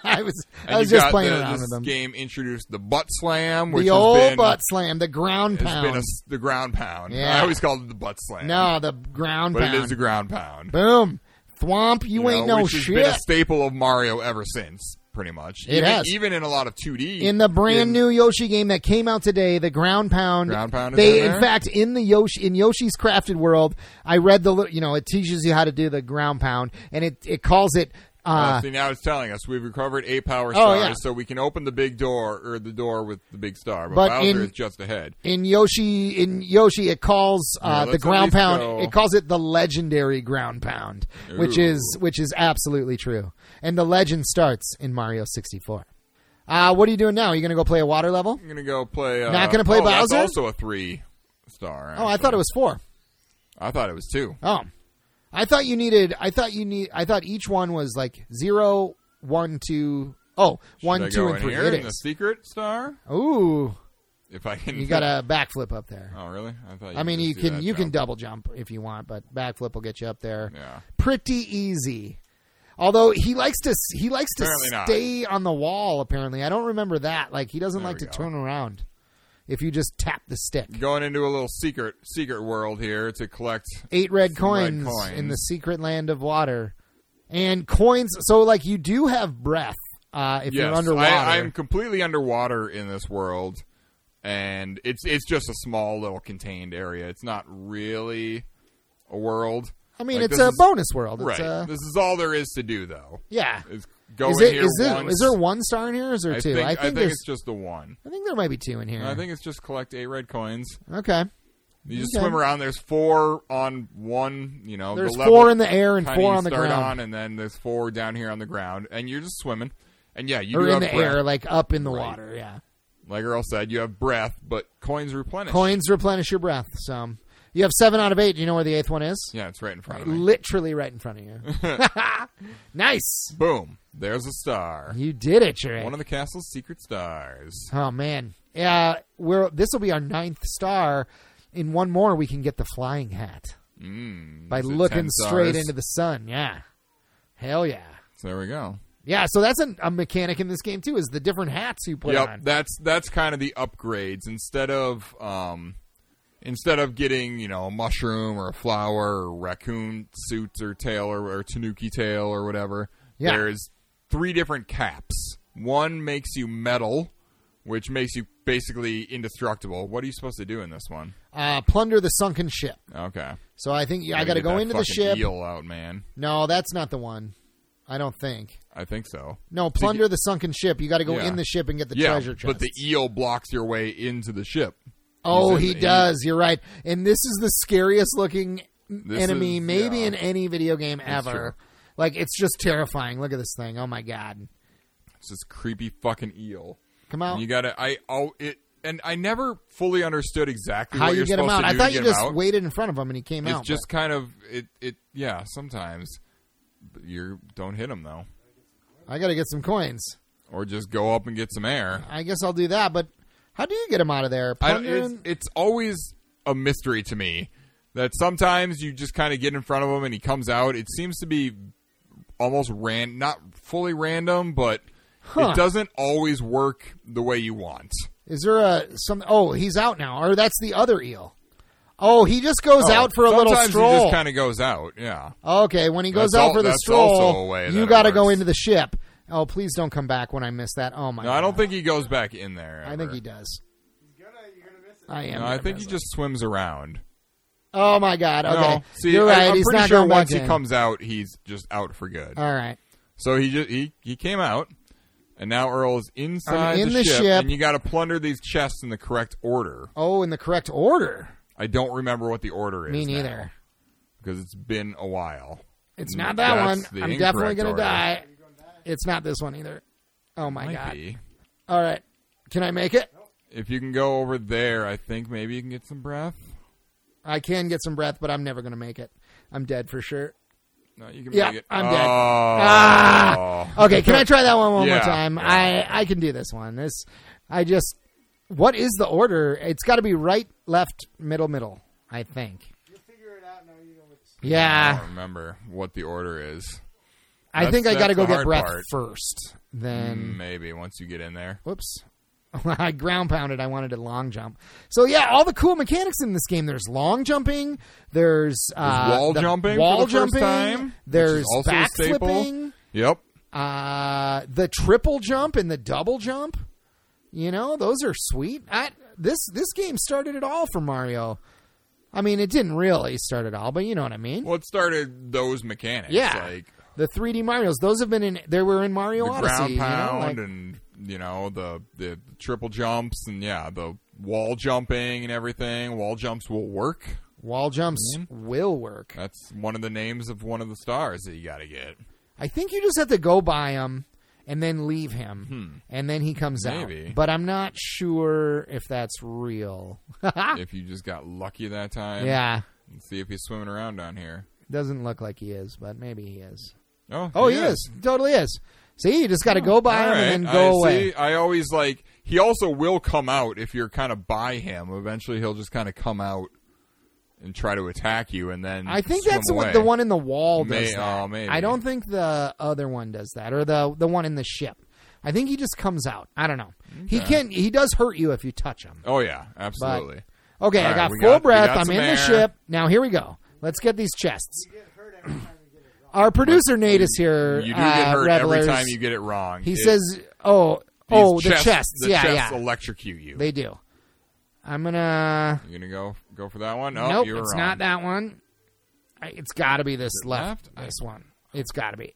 S1: [laughs] I was
S2: And
S1: I was
S2: you've
S1: just
S2: got
S1: playing
S2: the,
S1: around
S2: this
S1: with them.
S2: Game introduced the butt slam, which
S1: The
S2: has
S1: old
S2: been,
S1: butt slam, the ground
S2: has been
S1: pound.
S2: a s the ground pound.
S1: Yeah.
S2: I always called it the butt slam.
S1: no, the ground
S2: but
S1: pound.
S2: it is the ground pound.
S1: Boom, thwomp. You,
S2: you
S1: ain't
S2: know,
S1: no
S2: which has been
S1: shit.
S2: a staple of Mario ever since, pretty much.
S1: It
S2: even,
S1: has.
S2: even in a lot of 2D.
S1: in the brand
S2: in-
S1: new Yoshi game that came out today, the Ground Pound.
S2: Ground Pound is
S1: they,
S2: in
S1: in,
S2: there?
S1: fact, in the Yoshi in Yoshi's Crafted World, I read the li- you know it teaches you how to do the Ground Pound, and it it calls it.
S2: Uh,
S1: Uh,
S2: see, now it's telling us we've recovered eight power
S1: Oh,
S2: stars,
S1: yeah.
S2: so we can open the big door or the door with the big star. But,
S1: But
S2: Bowser
S1: in-
S2: is just ahead.
S1: in Yoshi, in Yoshi, it calls
S2: Yeah,
S1: uh,
S2: let's
S1: the
S2: at
S1: ground
S2: least
S1: pound.
S2: go-
S1: It calls it the legendary ground pound, which
S2: Ooh.
S1: is which is absolutely true. And the legend starts in Mario sixty four. Uh, what are you doing now? Are you going to go play a water level?
S2: I'm gonna go play. Uh,
S1: Not gonna play
S2: oh, that's
S1: Bowser?
S2: also a three star.
S1: Oh, I thought it was four.
S2: I thought it was two.
S1: Oh, I thought you needed. I thought you need. I thought each one was like zero, one, two. Oh, one,
S2: Should I
S1: two,
S2: go
S1: and
S2: in
S1: three.
S2: Here
S1: It
S2: in the
S1: is.
S2: secret star.
S1: Ooh,
S2: If I can,
S1: you got a backflip up there.
S2: [laughs] Oh, really? I thought. You
S1: I mean,
S2: could
S1: you
S2: do
S1: can
S2: that
S1: you can
S2: jump.
S1: double jump if you want, but backflip will get you up there.
S2: Yeah.
S1: Pretty easy. Although he likes to he likes to
S2: Apparently not.
S1: stay on the wall. Apparently, I don't remember that. Like he doesn't
S2: There
S1: like to
S2: we go.
S1: turn around. If you just tap the stick,
S2: Going into a little secret secret world here to collect.
S1: eight red
S2: Some red
S1: coins, in
S2: coins.
S1: the secret land of water, and coins. So like you do have breath uh, if
S2: yes,
S1: you're underwater.
S2: I, I'm completely underwater in this world, and it's it's just a small little contained area. It's not really a world.
S1: I mean,
S2: Like,
S1: it's
S2: this
S1: a
S2: is-
S1: bonus world. It's
S2: Right.
S1: a,
S2: this is all there is to do, though.
S1: yeah.
S2: Is go
S1: is
S2: in
S1: it-
S2: here
S1: is it-
S2: once.
S1: is there one star in here? Or is there
S2: I
S1: two?
S2: think,
S1: I think there's.
S2: it's just the one.
S1: I think there might be two in here.
S2: I think it's just collect eight red coins.
S1: okay.
S2: You just
S1: Okay.
S2: swim around. There's four on one. You know,
S1: There's
S2: the level
S1: four in the air and
S2: kinda
S1: four
S2: you
S1: on the
S2: start
S1: ground
S2: on, and then there's four down here on the ground, and you're just swimming. And yeah, you
S1: or
S2: do
S1: in
S2: have
S1: the
S2: breath.
S1: air, like up in the
S2: Right.
S1: water. Yeah.
S2: Like Earl said, you have breath, but coins replenish.
S1: Coins replenish your breath. So you have seven out of eight. Do you know where the eighth one is?
S2: Yeah, it's right in front of me.
S1: Literally right in front of you. [laughs] nice.
S2: Boom. There's a star.
S1: You did it, Jerry.
S2: One of the castle's secret stars.
S1: Oh man, yeah. We're this will be our ninth star. In one more, we can get the flying hat
S2: Mm,
S1: by
S2: is it
S1: looking
S2: 10 stars?
S1: straight into the sun. Yeah, hell yeah,
S2: So there we go.
S1: yeah. So that's an, a mechanic in this game too. Is the different hats you put
S2: yep,
S1: on?
S2: that's that's kind of the upgrades. Instead of um, instead of getting you know a mushroom or a flower or raccoon suit or tail or, or tanuki tail or whatever,
S1: Yeah.
S2: there's three different caps. One makes you metal, which makes you basically indestructible. What are you supposed to do in this one?
S1: Uh, plunder the sunken ship.
S2: Okay,
S1: So I think I
S2: Gotta
S1: got to
S2: get
S1: go
S2: that
S1: into the
S2: fucking
S1: ship.
S2: Eel out, man.
S1: No, that's not the one. I don't think.
S2: I think so.
S1: No, plunder the sunken ship. You got to go
S2: Yeah.
S1: in the ship and get the
S2: yeah,
S1: treasure chest.
S2: but the eel blocks your way into the ship.
S1: oh,
S2: he's in
S1: he
S2: the- E.
S1: does. You're right. And this is the scariest looking enemy,
S2: is-
S1: maybe
S2: yeah.
S1: in any video game ever.
S2: true.
S1: Like it's just terrifying. Look at this thing. Oh my god.
S2: It's this creepy fucking eel.
S1: Come out.
S2: And you gotta. I oh it. And I never fully understood exactly
S1: How
S2: what
S1: you
S2: you're
S1: get him
S2: supposed
S1: out?
S2: to
S1: I
S2: do
S1: thought
S2: to
S1: you
S2: get him
S1: just
S2: out.
S1: waited in front of him and he came
S2: It's
S1: out.
S2: just kind of it. It yeah. Sometimes you don't hit him though,
S1: but I got to get some coins.
S2: or just go up and get some air.
S1: I guess I'll do that. But how do you get him out of there?
S2: I don't,
S1: Plunder
S2: it's,
S1: and-
S2: it's always a mystery to me that sometimes you just kind of get in front of him and he comes out. It seems to be almost ran not fully random, but
S1: Huh.
S2: it doesn't always work the way you want.
S1: Is there a some? Oh, he's out now, or that's the other eel. Oh, he just goes out for a
S2: sometimes
S1: little
S2: He
S1: stroll.
S2: just kind of goes out. Yeah.
S1: Okay, when he goes
S2: That's
S1: out
S2: al-
S1: for the
S2: that's
S1: stroll,
S2: also a way that
S1: you
S2: it
S1: got to go
S2: works.
S1: into the ship. Oh, please don't come back when I miss that. Oh my!
S2: No,
S1: God.
S2: I don't think he goes back in there.
S1: I think
S2: ever.
S1: he does. I am.
S2: No, I
S1: gonna
S2: think
S1: miss
S2: he
S1: it.
S2: just swims around.
S1: Oh my god. Okay.
S2: No, see,
S1: You're right.
S2: I, am
S1: he's
S2: pretty
S1: not
S2: sure
S1: going back
S2: once he
S1: in.
S2: comes out, he's just out for good.
S1: All right.
S2: so he just he he came out, and now Earl is inside
S1: I'm in
S2: the,
S1: the
S2: ship,
S1: ship.
S2: and you got to plunder these chests in the correct order.
S1: Oh, in the correct order.
S2: I don't remember what the order is.
S1: Me
S2: now,
S1: neither.
S2: because it's been a while.
S1: It's not that
S2: Mm, That's
S1: one.
S2: the
S1: I'm definitely
S2: incorrect
S1: gonna
S2: order.
S1: die. It's not this one either. Oh my
S2: Might
S1: god.
S2: be.
S1: All right. Can I make it?
S2: If you can go over there, I think maybe you can get some breath.
S1: I can get some breath, but I'm never gonna make it. I'm dead for sure.
S2: No, you can
S1: Yeah,
S2: make it.
S1: I'm
S2: oh.
S1: dead. Ah! Okay, can I try that one one
S2: Yeah.
S1: more time? I I can do this one. This I just what is the order? It's got to be right, left, middle, middle. I think.
S2: I
S1: Yeah,
S2: don't remember what the order is.
S1: I think I
S2: That's-
S1: got to
S2: that's
S1: go
S2: the
S1: get
S2: hard
S1: breath
S2: part. Mm.
S1: first. Then,
S2: Maybe once you get in there.
S1: whoops, [laughs] I ground pounded. I wanted a long jump. So yeah, all the cool mechanics in this game. There's long jumping. There's, uh,
S2: wall
S1: the
S2: jumping
S1: Wall
S2: for the
S1: jumping.
S2: first time. which is
S1: There's
S2: also a
S1: back
S2: staple.
S1: flipping.
S2: Yep.
S1: uh, the triple jump and the double jump. You know, those are sweet. I, this this game started it all for Mario. I mean, it didn't really start it all, but you know what I mean.
S2: What started those mechanics?
S1: yeah,
S2: Like
S1: the 3D Mario's. Those have been in. They were in Mario
S2: the
S1: Odyssey.
S2: ground pound
S1: you know, like,
S2: and you know the, the triple jumps and yeah the wall jumping and everything. Wall jumps will work.
S1: wall jumps
S2: Mm-hmm.
S1: will work.
S2: That's one of the names of one of the stars that you got to get.
S1: I think you just have to go by him and then leave him, and then he comes
S2: Hmm. Maybe.
S1: out. But I'm not sure if that's real. [laughs]
S2: if you just got lucky that time.
S1: Ah. yeah,
S2: And see if he's swimming around down here.
S1: doesn't look like he is, but maybe he is.
S2: Oh,
S1: Oh, he, is. Totally is. See, you just got to go by him
S2: All right.
S1: and then go
S2: I,
S1: away.
S2: See, I always like. He also will come out if you're kind of by him. Eventually, he'll just kind of come out and try to attack you, and then
S1: I think
S2: swim
S1: that's what
S2: away.
S1: the one in the wall does
S2: May-
S1: that.
S2: oh, maybe.
S1: I don't think the other one does that, or the the one in the ship. I think he just comes out. I don't know. He can. He does hurt you if you touch him.
S2: Oh yeah, absolutely.
S1: Okay,
S2: All
S1: I
S2: right,
S1: got
S2: we
S1: full
S2: got- we
S1: breath.
S2: got
S1: I'm
S2: some
S1: in
S2: air.
S1: the ship. Now here we go. Let's get these chests. Our producer Nate is here.
S2: you do
S1: uh,
S2: get hurt
S1: revelers.
S2: every time you get it wrong.
S1: He
S2: It-
S1: says, "Oh,
S2: these
S1: oh, the
S2: chests,
S1: chests.
S2: the
S1: yeah,
S2: chests
S1: yeah,
S2: electrocute you.
S1: they do." I'm gonna.
S2: you gonna go go for that one? No,
S1: nope,
S2: you were
S1: it's
S2: wrong.
S1: not that one. I- It's got to be this
S2: it
S1: left,
S2: left?
S1: This one. It's got to be.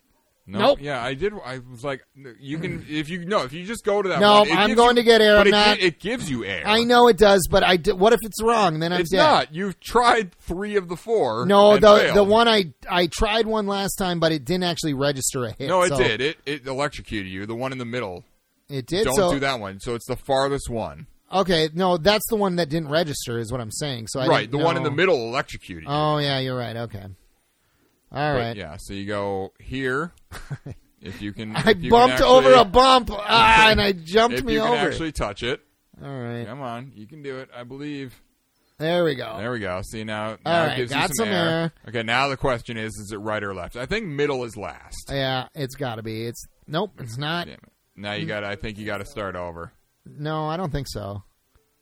S2: No,
S1: Nope.
S2: Yeah, I did. I was like, you can if you no, if you just go to that.
S1: No,
S2: one, it
S1: I'm
S2: gives
S1: going
S2: you-
S1: to get air.
S2: But
S1: I'm
S2: it,
S1: not-
S2: gi- it gives you air.
S1: I know it does, but I. d- What if it's wrong? Then I'm
S2: It's
S1: dead.
S2: not. You've tried three of the four.
S1: No,
S2: and
S1: the
S2: failed.
S1: the one I I tried one last time, but it didn't actually register a hit.
S2: No, it
S1: so-
S2: did. It it electrocuted you. The one in the middle.
S1: It did.
S2: Don't
S1: so
S2: do that one. So it's the farthest one.
S1: okay, no, that's the one that didn't register, is what I'm saying. So I
S2: right.
S1: didn't
S2: The one in
S1: know-
S2: the middle electrocuted you.
S1: Oh yeah, you're right. Okay. All
S2: But
S1: right.
S2: Yeah. So you go here. [laughs] if you
S1: [laughs]
S2: can.
S1: I
S2: if you can
S1: bumped
S2: actually-
S1: over a bump,
S2: [laughs]
S1: ah, and I jumped
S2: If
S1: me
S2: you can
S1: over.
S2: actually touch it.
S1: All right,
S2: Come on, you can do it. I believe.
S1: there we go.
S2: There we go. See now, now
S1: Oh. right,
S2: it gives you
S1: got
S2: some,
S1: some air.
S2: Okay, now the question is: Is it right or left? I think middle is last.
S1: Yeah, it's got to be. It's nope, it's not.
S2: Damn it. Now
S1: Mm-hmm.
S2: you got. to I think you got to start over.
S1: No, I don't think so.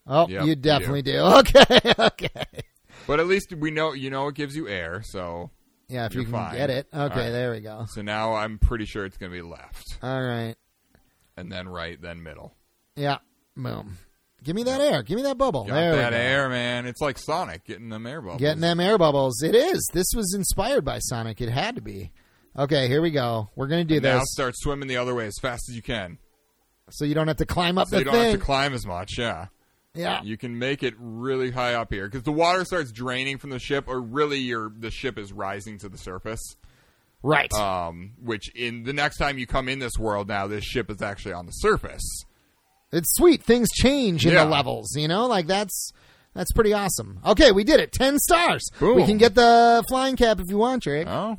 S1: Oh,
S2: Yep,
S1: you
S2: you
S1: definitely do. [laughs] Okay, okay.
S2: But at least we know. You know, it gives you air. So
S1: Yeah, if
S2: You're
S1: you can
S2: fine.
S1: get it. Okay,
S2: All right.
S1: there we go.
S2: So now I'm pretty sure it's going to be left,
S1: All right.
S2: and then right, then middle.
S1: Yeah. Boom. Give me that air. Give me that bubble.
S2: Got
S1: there we
S2: that
S1: go.
S2: air, man. It's like Sonic getting them air bubbles.
S1: Getting them air bubbles. It is. This was inspired by Sonic. It had to be. Okay, here we go. We're gonna do
S2: now
S1: this,
S2: start swimming the other way as fast as you can.
S1: so you don't have to climb up
S2: So
S1: the
S2: you don't
S1: thing.
S2: have to climb as much. Yeah,
S1: yeah.
S2: you can make it really high up here because the water starts draining from the ship, or really, your the ship is rising to the surface.
S1: Right.
S2: Um, which in the next time you come in this world, now this ship is actually on the surface.
S1: it's sweet. Things change in
S2: Yeah.
S1: the levels. You know, like that's that's pretty awesome. Okay, we did it. Ten stars. We
S2: Boom.
S1: can get the flying cap if you want, Drake.
S2: Oh,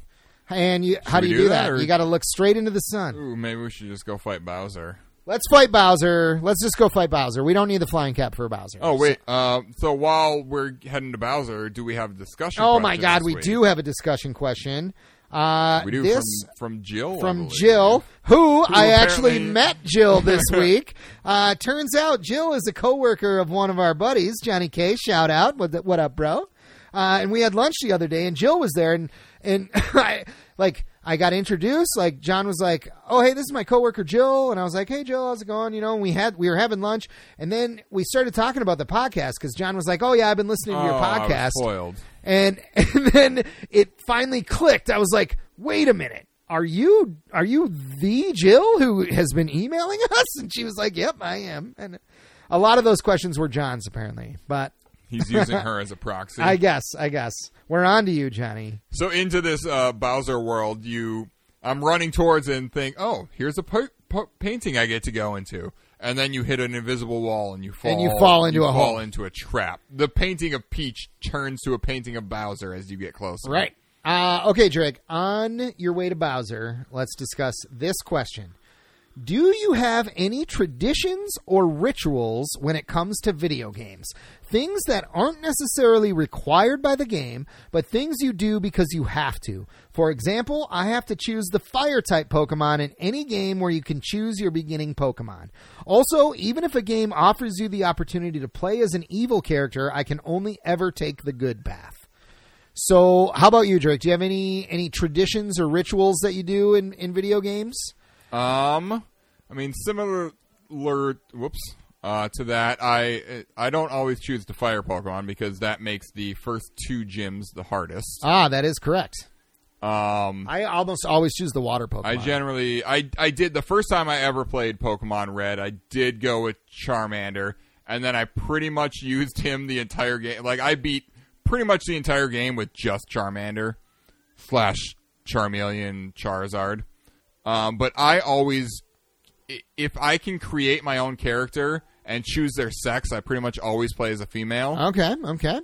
S1: And you, how do
S2: we
S1: you
S2: do
S1: do,
S2: that,
S1: that?
S2: or-
S1: You got to look straight into the sun.
S2: ooh, maybe we should just go fight Bowser.
S1: Let's fight Bowser. Let's just go fight Bowser. We don't need the flying cap for Bowser.
S2: Oh wait. Uh, so while we're heading to Bowser, do we have a discussion?
S1: oh my
S2: question
S1: God,
S2: this
S1: we
S2: week?
S1: do have a discussion question. Uh,
S2: We do
S1: this
S2: from from Jill. I
S1: from
S2: believe.
S1: Jill, who, I actually
S2: apparently-
S1: met
S2: [laughs]
S1: Jill this week. Uh, turns out Jill is a coworker of one of our buddies, Johnny K. Shout out, what, the- what up, bro? Uh, and we had lunch the other day, and Jill was there, and and [laughs] I like I got introduced. Like John was like, "Oh, hey, this is my coworker Jill," and I was like, "Hey, Jill, how's it going?" You know, and we had we were having lunch, and then we started talking about the podcast because John was like, "Oh yeah, I've been listening to your
S2: Oh, I was
S1: podcast,"
S2: spoiled.
S1: and [laughs] and then it finally clicked. I was like, "Wait a minute." Are you are you the Jill who has been emailing [laughs] us? And she was like, "Yep, I am." And a lot of those questions were John's apparently, but
S2: He's using her as a
S1: [laughs]
S2: proxy.
S1: I guess I guess we're on to you, Johnny.
S2: So into this uh, Bowser world, you I'm running towards and think, oh, here's a po- po- painting I get to go into, and then you hit an invisible wall and you fall
S1: And you fall into
S2: you
S1: a
S2: fall
S1: hole.
S2: into a trap. The painting of Peach turns to a painting of Bowser as you get closer.
S1: Right. Uh, okay, Drake, on your way to Bowser, let's discuss this question. Do you have any traditions or rituals when it comes to video games? Things that aren't necessarily required by the game, but things you do because you have to. For example, I have to choose the fire type Pokemon in any game where you can choose your beginning Pokemon. Also, even if a game offers you the opportunity to play as an evil character, I can only ever take the good path. So, how about you, Drake? Do you have any any traditions or rituals that you do in in video games?
S2: Um, I mean, similar, whoops, uh, to that, I I don't always choose the fire Pokemon because that makes the first two gyms the hardest.
S1: Ah, that is correct.
S2: Um,
S1: I almost always choose the water Pokemon.
S2: I generally, I, I did the first time I ever played Pokemon Red. I did go with Charmander, and then I pretty much [laughs] used him the entire game. Like I beat pretty much the entire game with just Charmander slash Charmeleon Charizard. Um, but I always, i- if I can create my own character and choose their sex, I pretty much always play as a female.
S1: okay, okay.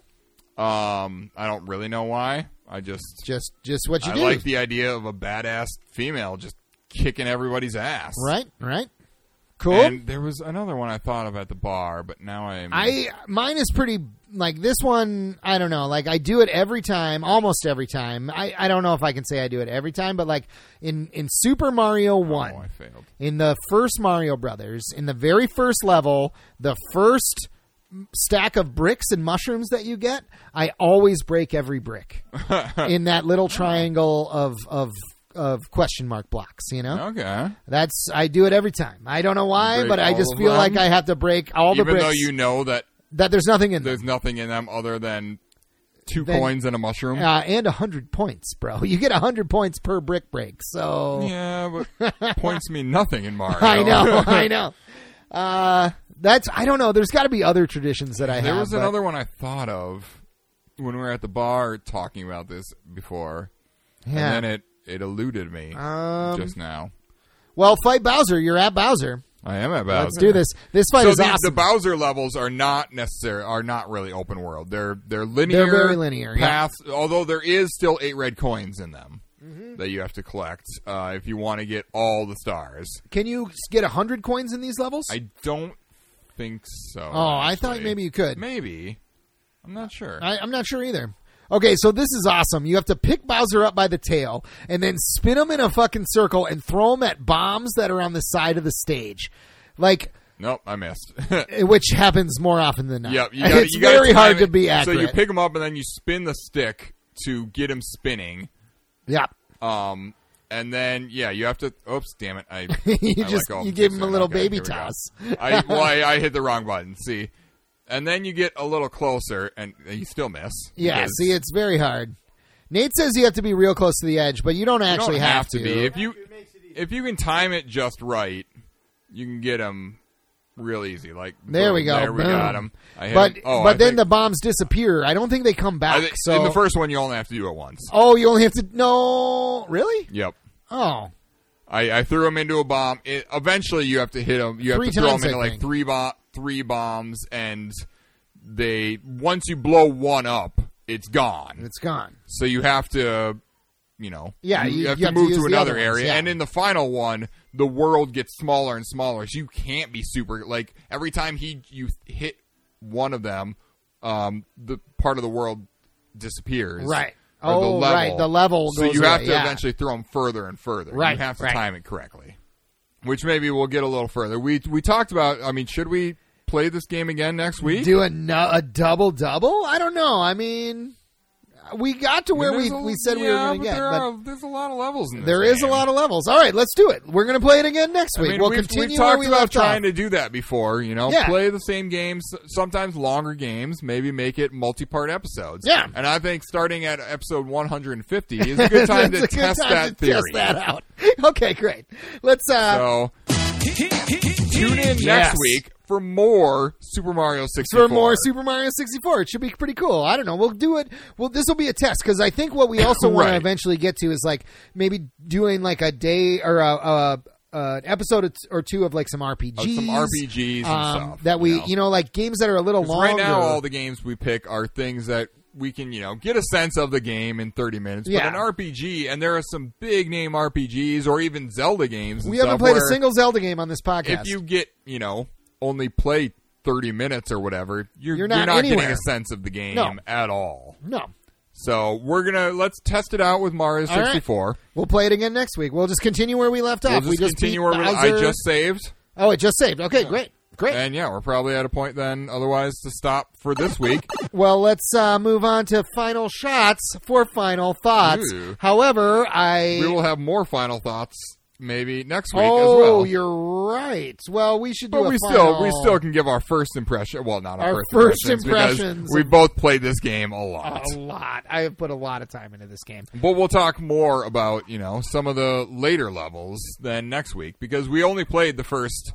S2: Um, I don't really know why. I just
S1: Just just what you
S2: I
S1: do.
S2: like the idea of a badass female just kicking everybody's ass.
S1: right, right. Cool.
S2: And there was another one I thought of at the bar, but now I'm.
S1: I mine is pretty like this one. I don't know. Like I do it every time, almost every time. I I don't know if I can say I do it every time, but like in in Super Mario One.
S2: Oh, I failed.
S1: in the first Mario Brothers, in the very first level, the first stack of bricks and mushrooms that you get, I always break every
S2: [laughs]
S1: brick in that little triangle of of of question mark blocks, you know?
S2: Okay.
S1: That's I do it every time. I don't know why,
S2: Break
S1: but I
S2: all
S1: just
S2: of
S1: feel
S2: them?
S1: like I have to break all the
S2: Even
S1: bricks
S2: though you know that
S1: that there's nothing in them.
S2: there's nothing in them other than two
S1: Then-
S2: coins and a mushroom.
S1: Uh, and 100 points, bro. [laughs] You get 100 points per brick break. So
S2: Yeah,
S1: [laughs]
S2: but points mean nothing in Mario.
S1: I know, I know. Uh, that's I don't know. There's got to be other traditions that I
S2: [laughs] there
S1: have.
S2: was
S1: but-
S2: another one I thought of when we were at the bar talking about this before,
S1: Yeah.
S2: and then it it eluded me
S1: Um,
S2: just now.
S1: Well, fight Bowser. You're at Bowser.
S2: I am at Bowser.
S1: Let's do this. This fight
S2: so
S1: is
S2: the,
S1: awesome.
S2: the Bowser levels are not necessary are not really open world. They're they're linear.
S1: They're very linear, yeah.
S2: paths. Although there is still eight red coins in them
S1: Mm-hmm.
S2: that you have to collect uh, if you want to get all the stars.
S1: Can you s- get hundred coins in these levels?
S2: I don't think so.
S1: oh, I thought maybe you could.
S2: Maybe I'm not sure.
S1: I, I'm not sure either. Okay, so this is awesome. You have to pick Bowser up by the tail and then spin him in a fucking circle and throw him at bombs that are on the side of the stage, like
S2: nope, I missed. [laughs]
S1: eh, which happens more often [laughs] than not.
S2: yep, you
S1: And
S2: gotta-
S1: it's
S2: you gotta
S1: very
S2: time
S1: hard
S2: it.
S1: to be accurate.
S2: So you pick him up and then you spin the stick to get him spinning.
S1: yeah,
S2: Um, and then yeah, you have to. Oops, damn it! I
S1: [laughs] You
S2: I
S1: just-
S2: let go of
S1: you
S2: the
S1: gave him
S2: system.
S1: a little
S2: Okay,
S1: baby
S2: here we go.
S1: toss.
S2: I well, I,
S1: [laughs]
S2: I hit the wrong button. See, and then you get a little closer, and you still miss.
S1: yeah.
S2: because
S1: See, it's very hard. Nate says you have to be real close to the edge, but you don't
S2: you don't
S1: actually
S2: have to be if you if you can time it just right, you can get them real easy. Like
S1: There
S2: boom,
S1: we go.
S2: There we
S1: Boom.
S2: got him. I hit
S1: but
S2: 'em. Oh,
S1: but
S2: I
S1: then
S2: think-
S1: the bombs disappear. I don't think they come back.
S2: I think-
S1: so
S2: in the first one you only have to do it once.
S1: oh, you only have to no really.
S2: Yep.
S1: Oh,
S2: I, I threw him into a bomb. It, eventually, you have to hit him. You have
S1: Three
S2: to throw
S1: times,
S2: him into
S1: I
S2: like
S1: think.
S2: three bo- three bombs, and they once you blow one up, it's gone.
S1: it's gone.
S2: So you have to, you know,
S1: Yeah,
S2: you,
S1: you-
S2: have
S1: you
S2: to
S1: have to
S2: move
S1: use
S2: to
S1: the
S2: another
S1: other ones,
S2: area.
S1: yeah.
S2: And in the final one, the world gets smaller and smaller. So you can't be super like every time he you hit one of them, um, the part of the world disappears.
S1: Right.
S2: Or the
S1: Oh,
S2: level.
S1: right, the level
S2: So
S1: goes
S2: you have
S1: away,
S2: to
S1: yeah.
S2: eventually throw them further and further.
S1: Right,
S2: You have to
S1: right.
S2: time it correctly. Which maybe we'll get a little further. We we talked about. I mean, should we play this game again next week?
S1: Do a nu- a double double? I don't know. I mean, we got to where we,
S2: There's a-
S1: we said we were
S2: yeah,
S1: going to
S2: but
S1: get.
S2: There
S1: but
S2: are, there's a lot of levels in this.
S1: there is a lot of levels. All right, let's do it. We're going to play it again next
S2: I
S1: week.
S2: mean,
S1: we'll
S2: we've, we've
S1: continue where
S2: talked
S1: we
S2: about
S1: left
S2: trying
S1: off.
S2: to do that before. You know,
S1: Yeah.
S2: play the same games, sometimes longer games. Maybe make it multi-part episodes.
S1: Yeah.
S2: and I think starting at episode 150 is a
S1: [laughs]
S2: good time to
S1: It's a good
S2: test
S1: time
S2: that
S1: to
S2: theory.
S1: Test that out. [laughs] Okay, great. Let's. uh
S2: So tune in
S1: Yes.
S2: next week for more Super Mario 64.
S1: for more Super Mario 64. It should be pretty cool. I don't know. We'll do it. Well, this will be a test because I think
S2: [laughs]
S1: what we also want to
S2: Right.
S1: eventually get to is like maybe doing like a day or a. a uh, an episode or t- or two of like some RPGs,
S2: some RPGs and
S1: um,
S2: stuff,
S1: that we
S2: you know.
S1: you know like games that are a little
S2: 'Cause
S1: longer.
S2: Right now, all the games we pick are things that we can, you know, get a sense of the game in 30 minutes.
S1: Yeah.
S2: But an RPG, and there are some big name RPGs or even Zelda games. and
S1: we haven't
S2: stuff
S1: played a
S2: where
S1: single Zelda game on this podcast.
S2: If you get, you know, only play 30 minutes or whatever, you're,
S1: You're not
S2: getting
S1: anywhere.
S2: a sense of the game
S1: No.
S2: at all.
S1: no,
S2: So we're gonna let's test it out with Mario
S1: All right.
S2: 64.
S1: we'll play it again next week. We'll just continue where we left
S2: We'll
S1: off.
S2: just
S1: we just
S2: continue
S1: beat
S2: where we- I
S1: Bowser.
S2: just saved.
S1: oh, it just saved. Okay, great, great.
S2: And yeah, we're probably at a point then otherwise to stop for this week.
S1: Well, let's uh, move on to final shots for final thoughts.
S2: Ooh.
S1: However, I
S2: we will have more final thoughts maybe next week
S1: oh,
S2: as well.
S1: you're right. Well, we should do
S2: But
S1: a
S2: we
S1: final-
S2: still we still can give our first impression. Well, not our,
S1: Our
S2: first,
S1: first
S2: because
S1: impressions. Uh,
S2: We both played this game a lot.
S1: a lot. I have put a lot of time into this game.
S2: But we'll talk more about, you know, some of the later levels than next week because we only played the first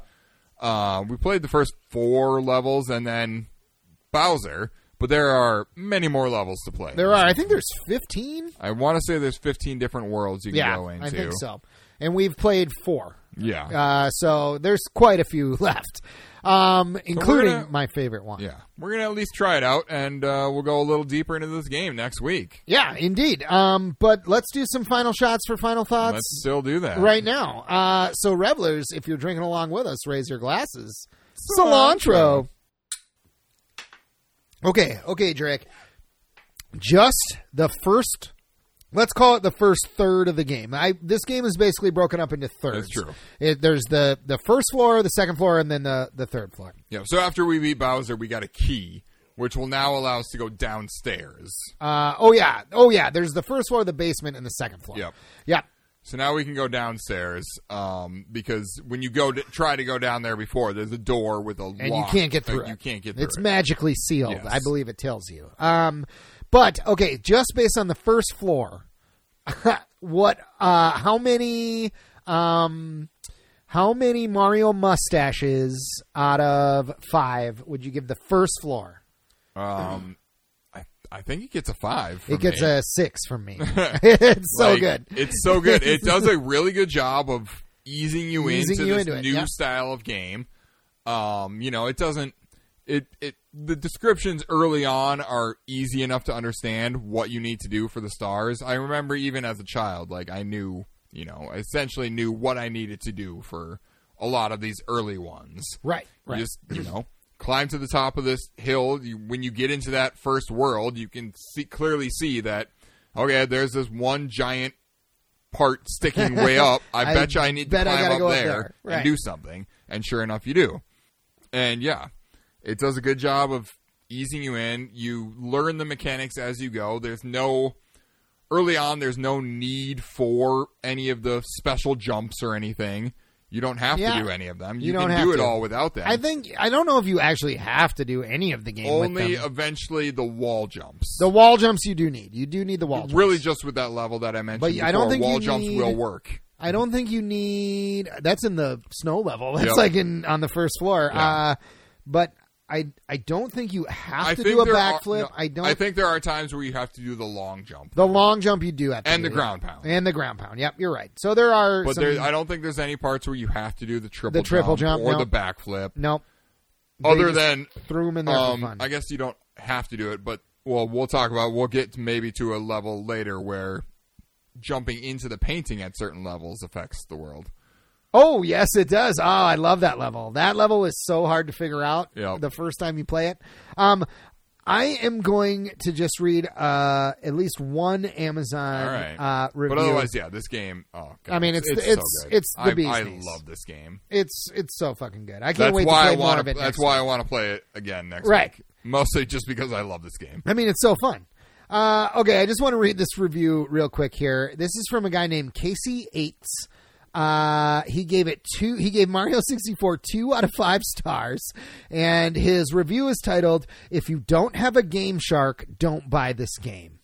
S2: uh we played the first four levels and then Bowser, but there are many more levels to play.
S1: There are, I think, there's 15.
S2: I want to say there's 15 different worlds you can
S1: Yeah,
S2: go into.
S1: I think so. And we've played four,
S2: Yeah.
S1: uh, so there's quite a few [laughs] left, um, including
S2: gonna-
S1: my favorite one.
S2: yeah. We're going to at least try it out and uh, we'll go a little deeper into this game next week.
S1: Yeah, indeed. Um, but let's do some final shots for final thoughts.
S2: Let's still do that.
S1: right now. Uh, so, revelers, if you're drinking along with us, raise your glasses. Cilantro.
S2: Cilantro.
S1: Okay, okay, Drake. Just the first. Let's call it the first third of the game. I, this game is basically broken up into thirds.
S2: That's true.
S1: It, there's the, the first floor, the second floor, and then the, the third floor.
S2: Yeah. So after we beat Bowser, we got a key, which will now allow us to go downstairs.
S1: Uh, oh yeah, oh yeah. There's the first floor, the basement, and the second floor.
S2: Yep.
S1: Yep.
S2: So now we can go downstairs um, because when you go to, try to go down there before, there's a door with a
S1: and
S2: lock.
S1: you can't get
S2: Like,
S1: through. it.
S2: You can't get through.
S1: It's
S2: it.
S1: magically sealed.
S2: Yes.
S1: I believe it tells you. Um, but okay, just based on the first floor, [laughs] what? Uh, how many? Um, how many Mario mustaches out of five would you give the first floor?
S2: Um, I, I think it gets a five. from
S1: It gets
S2: me.
S1: a six from
S2: [laughs]
S1: me. it's so
S2: Like,
S1: good.
S2: It's so good. It
S1: [laughs]
S2: does a really good job of easing you
S1: Easing
S2: into
S1: you
S2: this
S1: into it,
S2: new
S1: yeah.
S2: style of game. Um, you know, it doesn't. It it the descriptions early on are easy enough to understand what you need to do for the stars. I remember even as a child, like I knew, you know, I essentially knew what I needed to do for a lot of these early ones.
S1: Right.
S2: You
S1: Right.
S2: Just you know, climb to the top of this hill. You, when you get into that first world, you can see clearly see that. Okay, there's this one giant part sticking
S1: [laughs]
S2: way up. I,
S1: I
S2: bet you I need to
S1: bet I
S2: climb
S1: gotta
S2: up
S1: go up
S2: there,
S1: there. Right.
S2: and do something. And sure enough, you do. And yeah, it does a good job of easing you in. You learn the mechanics as you go. There's no early on. There's no need for any of the special jumps or anything. You don't have
S1: Yeah.
S2: to do any of them.
S1: You
S2: You,
S1: don't
S2: can
S1: have
S2: do it
S1: to.
S2: all without them.
S1: I think I don't know if you actually have to do any of the game. with
S2: Only
S1: them.
S2: eventually the wall jumps.
S1: the wall jumps you do need. You do need the wall. jumps.
S2: really, just with that level that I mentioned.
S1: But I don't
S2: before,
S1: think
S2: wall
S1: you
S2: jumps
S1: need-
S2: will work.
S1: I don't think you need. That's in the snow level. [laughs] That's
S2: Yep.
S1: like in on the first floor.
S2: Yeah.
S1: Uh, but I I don't think you have
S2: I
S1: to
S2: think
S1: do a
S2: there are-
S1: backflip.
S2: no,
S1: I don't.
S2: I think there are times where you have to do the long jump
S1: the long jump you do have to
S2: and
S1: do,
S2: the
S1: yeah.
S2: ground pound.
S1: and the ground pound. Yep, you're right. So there are.
S2: but
S1: some,
S2: there, I don't think there's any parts where you have to do the triple
S1: The triple jump,
S2: or
S1: no.
S2: the backflip.
S1: nope. They
S2: Other
S1: just
S2: than,
S1: threw them in there for
S2: um,
S1: fun.
S2: I guess you don't have to do it. But well, we'll talk about. We'll get maybe to a level later where jumping into the painting at certain levels affects the world.
S1: oh yes, it does. Oh, I love that level. That level is so hard to figure out
S2: Yep.
S1: the first time you play it. Um, I am going to just read uh at least one Amazon
S2: All right.
S1: uh review.
S2: But otherwise, yeah, this game. Oh, God,
S1: I mean, it's the-
S2: so
S1: it's-
S2: good.
S1: it's the
S2: I,
S1: bee's
S2: I
S1: knees.
S2: love this game.
S1: It's it's so fucking good. I can't
S2: That's
S1: wait to
S2: why
S1: play
S2: I
S1: more
S2: want
S1: of it.
S2: That's
S1: next
S2: why
S1: week.
S2: I want to play it again next
S1: Right. [laughs]
S2: week. Mostly just because I love this game.
S1: I mean, it's so fun. Uh, okay, I just want to read this review real quick here. This is from a guy named Casey Eights. Uh, he gave it two. He gave Mario [laughs] sixty four two out of five stars, and his review is titled "If you don't have a Game Shark, don't buy this game."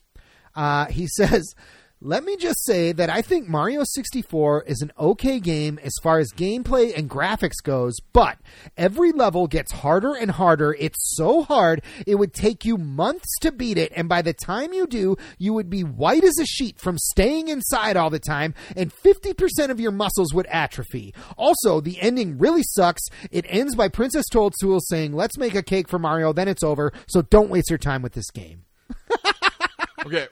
S1: Uh, he [laughs] says, "Let me just say that I think Mario sixty four is an okay game as far as gameplay and graphics goes, but every level gets harder and harder. It's so hard it would take you months to beat it, and by the time you do, you would be white as a sheet from staying inside all the time, and 50% of your muscles would atrophy. Also, the ending really sucks. It ends by Princess Toadstool saying, Let's make a cake for Mario, then it's over, so don't waste your time with this game.
S2: Okay.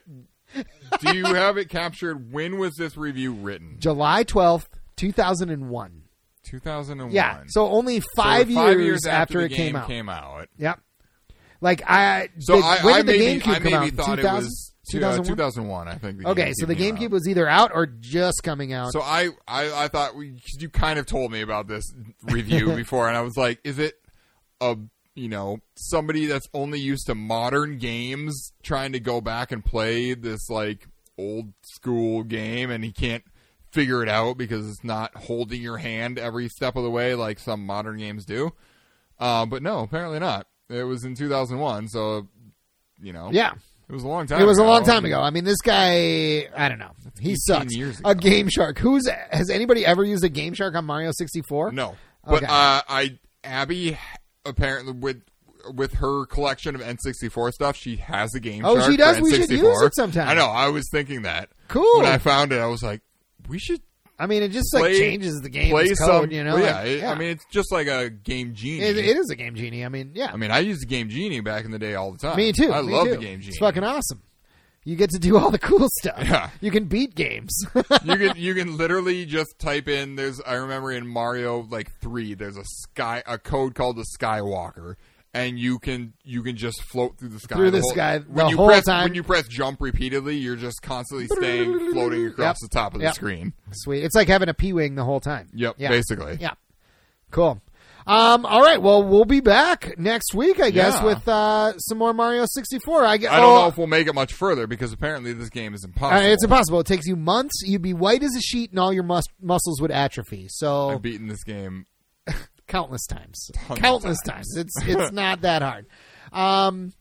S2: Do you have it captured? When was this review written?
S1: July 12th, 2001.
S2: 2001.
S1: Yeah, so only five, years, after,
S2: the
S1: it
S2: game
S1: came out.
S2: Came out.
S1: Yep. Like I,
S2: So
S1: they-
S2: I,
S1: when
S2: I
S1: did the
S2: maybe,
S1: GameCube
S2: I
S1: come out?
S2: maybe thought
S1: 2000?
S2: it was two- uh,
S1: 2001?
S2: 2001. I think. The
S1: Okay, so the
S2: came out.
S1: GameCube was either out or just coming out.
S2: So I, I, I thought we, 'cause you kind of told me about this
S1: [laughs]
S2: review before, and I was like, is it a you know somebody that's only used to modern games trying to go back and play this like old school game, and he can't figure it out because it's not holding your hand every step of the way like some modern games do. Uh, but no, apparently not. It was in 2001, so you know,
S1: yeah,
S2: it was a long time.
S1: it was a long
S2: ago.
S1: time ago. I mean, this guy, I don't know, he
S2: 18
S1: sucks.
S2: years ago.
S1: A Game Shark. Who's has anybody ever used a Game Shark on Mario sixty four? [laughs]
S2: No, but
S1: Okay.
S2: uh, I Abby apparently with with her collection of N64 stuff, she has a game.
S1: Oh,
S2: Shark
S1: she does?
S2: for
S1: We should
S2: N64.
S1: use it sometime.
S2: I know. I was thinking that.
S1: Cool.
S2: When I found it, I was like, we should
S1: I mean, it just like
S2: Play-
S1: changes the game
S2: play
S1: code.
S2: some.
S1: you know,
S2: Well, yeah,
S1: Like,
S2: it- I mean, it's just like a game genie.
S1: it, it is a game genie. I mean, yeah,
S2: I mean, I used the game genie back in the day all the [laughs] time.
S1: me too.
S2: I
S1: me
S2: love
S1: too.
S2: the game genie.
S1: It's fucking awesome. You get to do all the
S2: [laughs]
S1: cool stuff.
S2: Yeah.
S1: You can beat games. [laughs]
S2: you can you can literally just type in there's I remember in Mario like 3 there's a sky a code called the skywalker and you can you can just float through the sky
S1: Through the
S2: whole-
S1: sky
S2: when
S1: the
S2: you
S1: whole
S2: press
S1: time.
S2: when you press jump repeatedly you're just constantly staying floating across
S1: Yep.
S2: the top of the
S1: Yep.
S2: screen.
S1: Sweet. It's like having a P wing the whole time.
S2: Yep,
S1: Yeah.
S2: basically.
S1: Yeah. Cool. Um, all right. Well, we'll be back next week, I guess,
S2: Yeah.
S1: with uh, some more Mario 64. I, gue-
S2: I don't
S1: oh,
S2: know if we'll make it much further because apparently this game is
S1: uh,
S2: impossible.
S1: it's impossible. It takes you months. You'd be white as a sheet, and all your mus- muscles would atrophy. So
S2: I've beaten this game.
S1: countless times,
S2: of
S1: countless times. It's [laughs] it's not that hard. Um,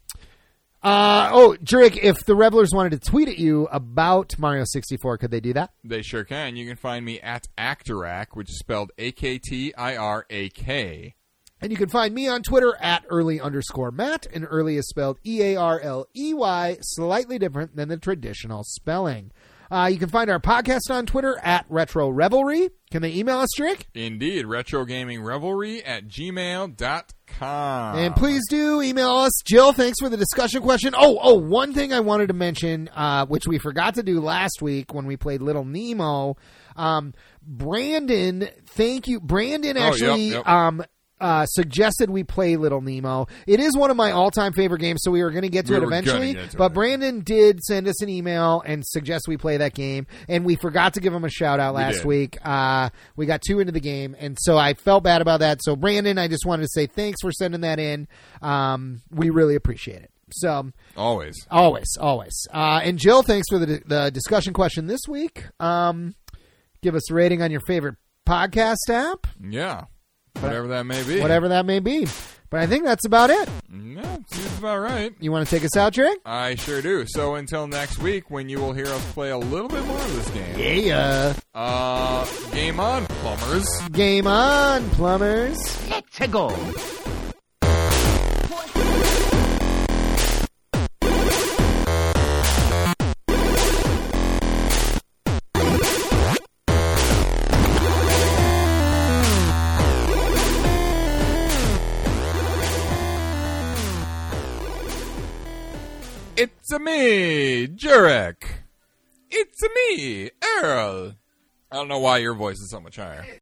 S1: uh, oh, Jurek, if the revelers wanted to tweet at you about Mario 64, could they do that?
S2: They sure can. You can find me at Actorac, which is spelled A K T I R A K.
S1: And you can find me on Twitter at early underscore Matt, and early is spelled E A R L E Y, slightly different than the traditional spelling. Uh, you can find our podcast on Twitter at Retro Revelry. Can they email us, Drake?
S2: Indeed, retro gaming revelry at gmail.com.
S1: And please do email us. Jill, thanks for the discussion question. Oh, oh, one thing I wanted to mention, uh, which we forgot to do last week when we played Little Nemo. Um, Brandon, thank you. Brandon
S2: Oh, yep,
S1: actually
S2: yep.
S1: Um, uh, suggested we play Little Nemo. It is one of my all time favorite games, so we were going to get to
S2: We
S1: it
S2: were gonna
S1: eventually.
S2: get to
S1: but
S2: it.
S1: Brandon did send us an email and suggest we play that game, and we forgot to give him a shout out last
S2: did.
S1: week week. Uh, we got two into the game, and so I felt bad about that. So Brandon, I just wanted to say thanks for sending that in. Um, we really appreciate it. So
S2: Always.
S1: always, always. Uh, and Jill, thanks for the the discussion question this week. Um, give us a rating on your favorite podcast app,
S2: Yeah. Whatever that may be.
S1: whatever that may be. But I think that's about it.
S2: Yeah, seems about right.
S1: You want to take us out, Drake?
S2: I sure do. So until next week, when you will hear us play a little bit more of this game.
S1: Yeah.
S2: Uh, game on, plumbers.
S1: Game on, plumbers.
S3: Let's go.
S2: It's a me, Jurek. It's a me, Earl. I don't know why your voice is so much higher.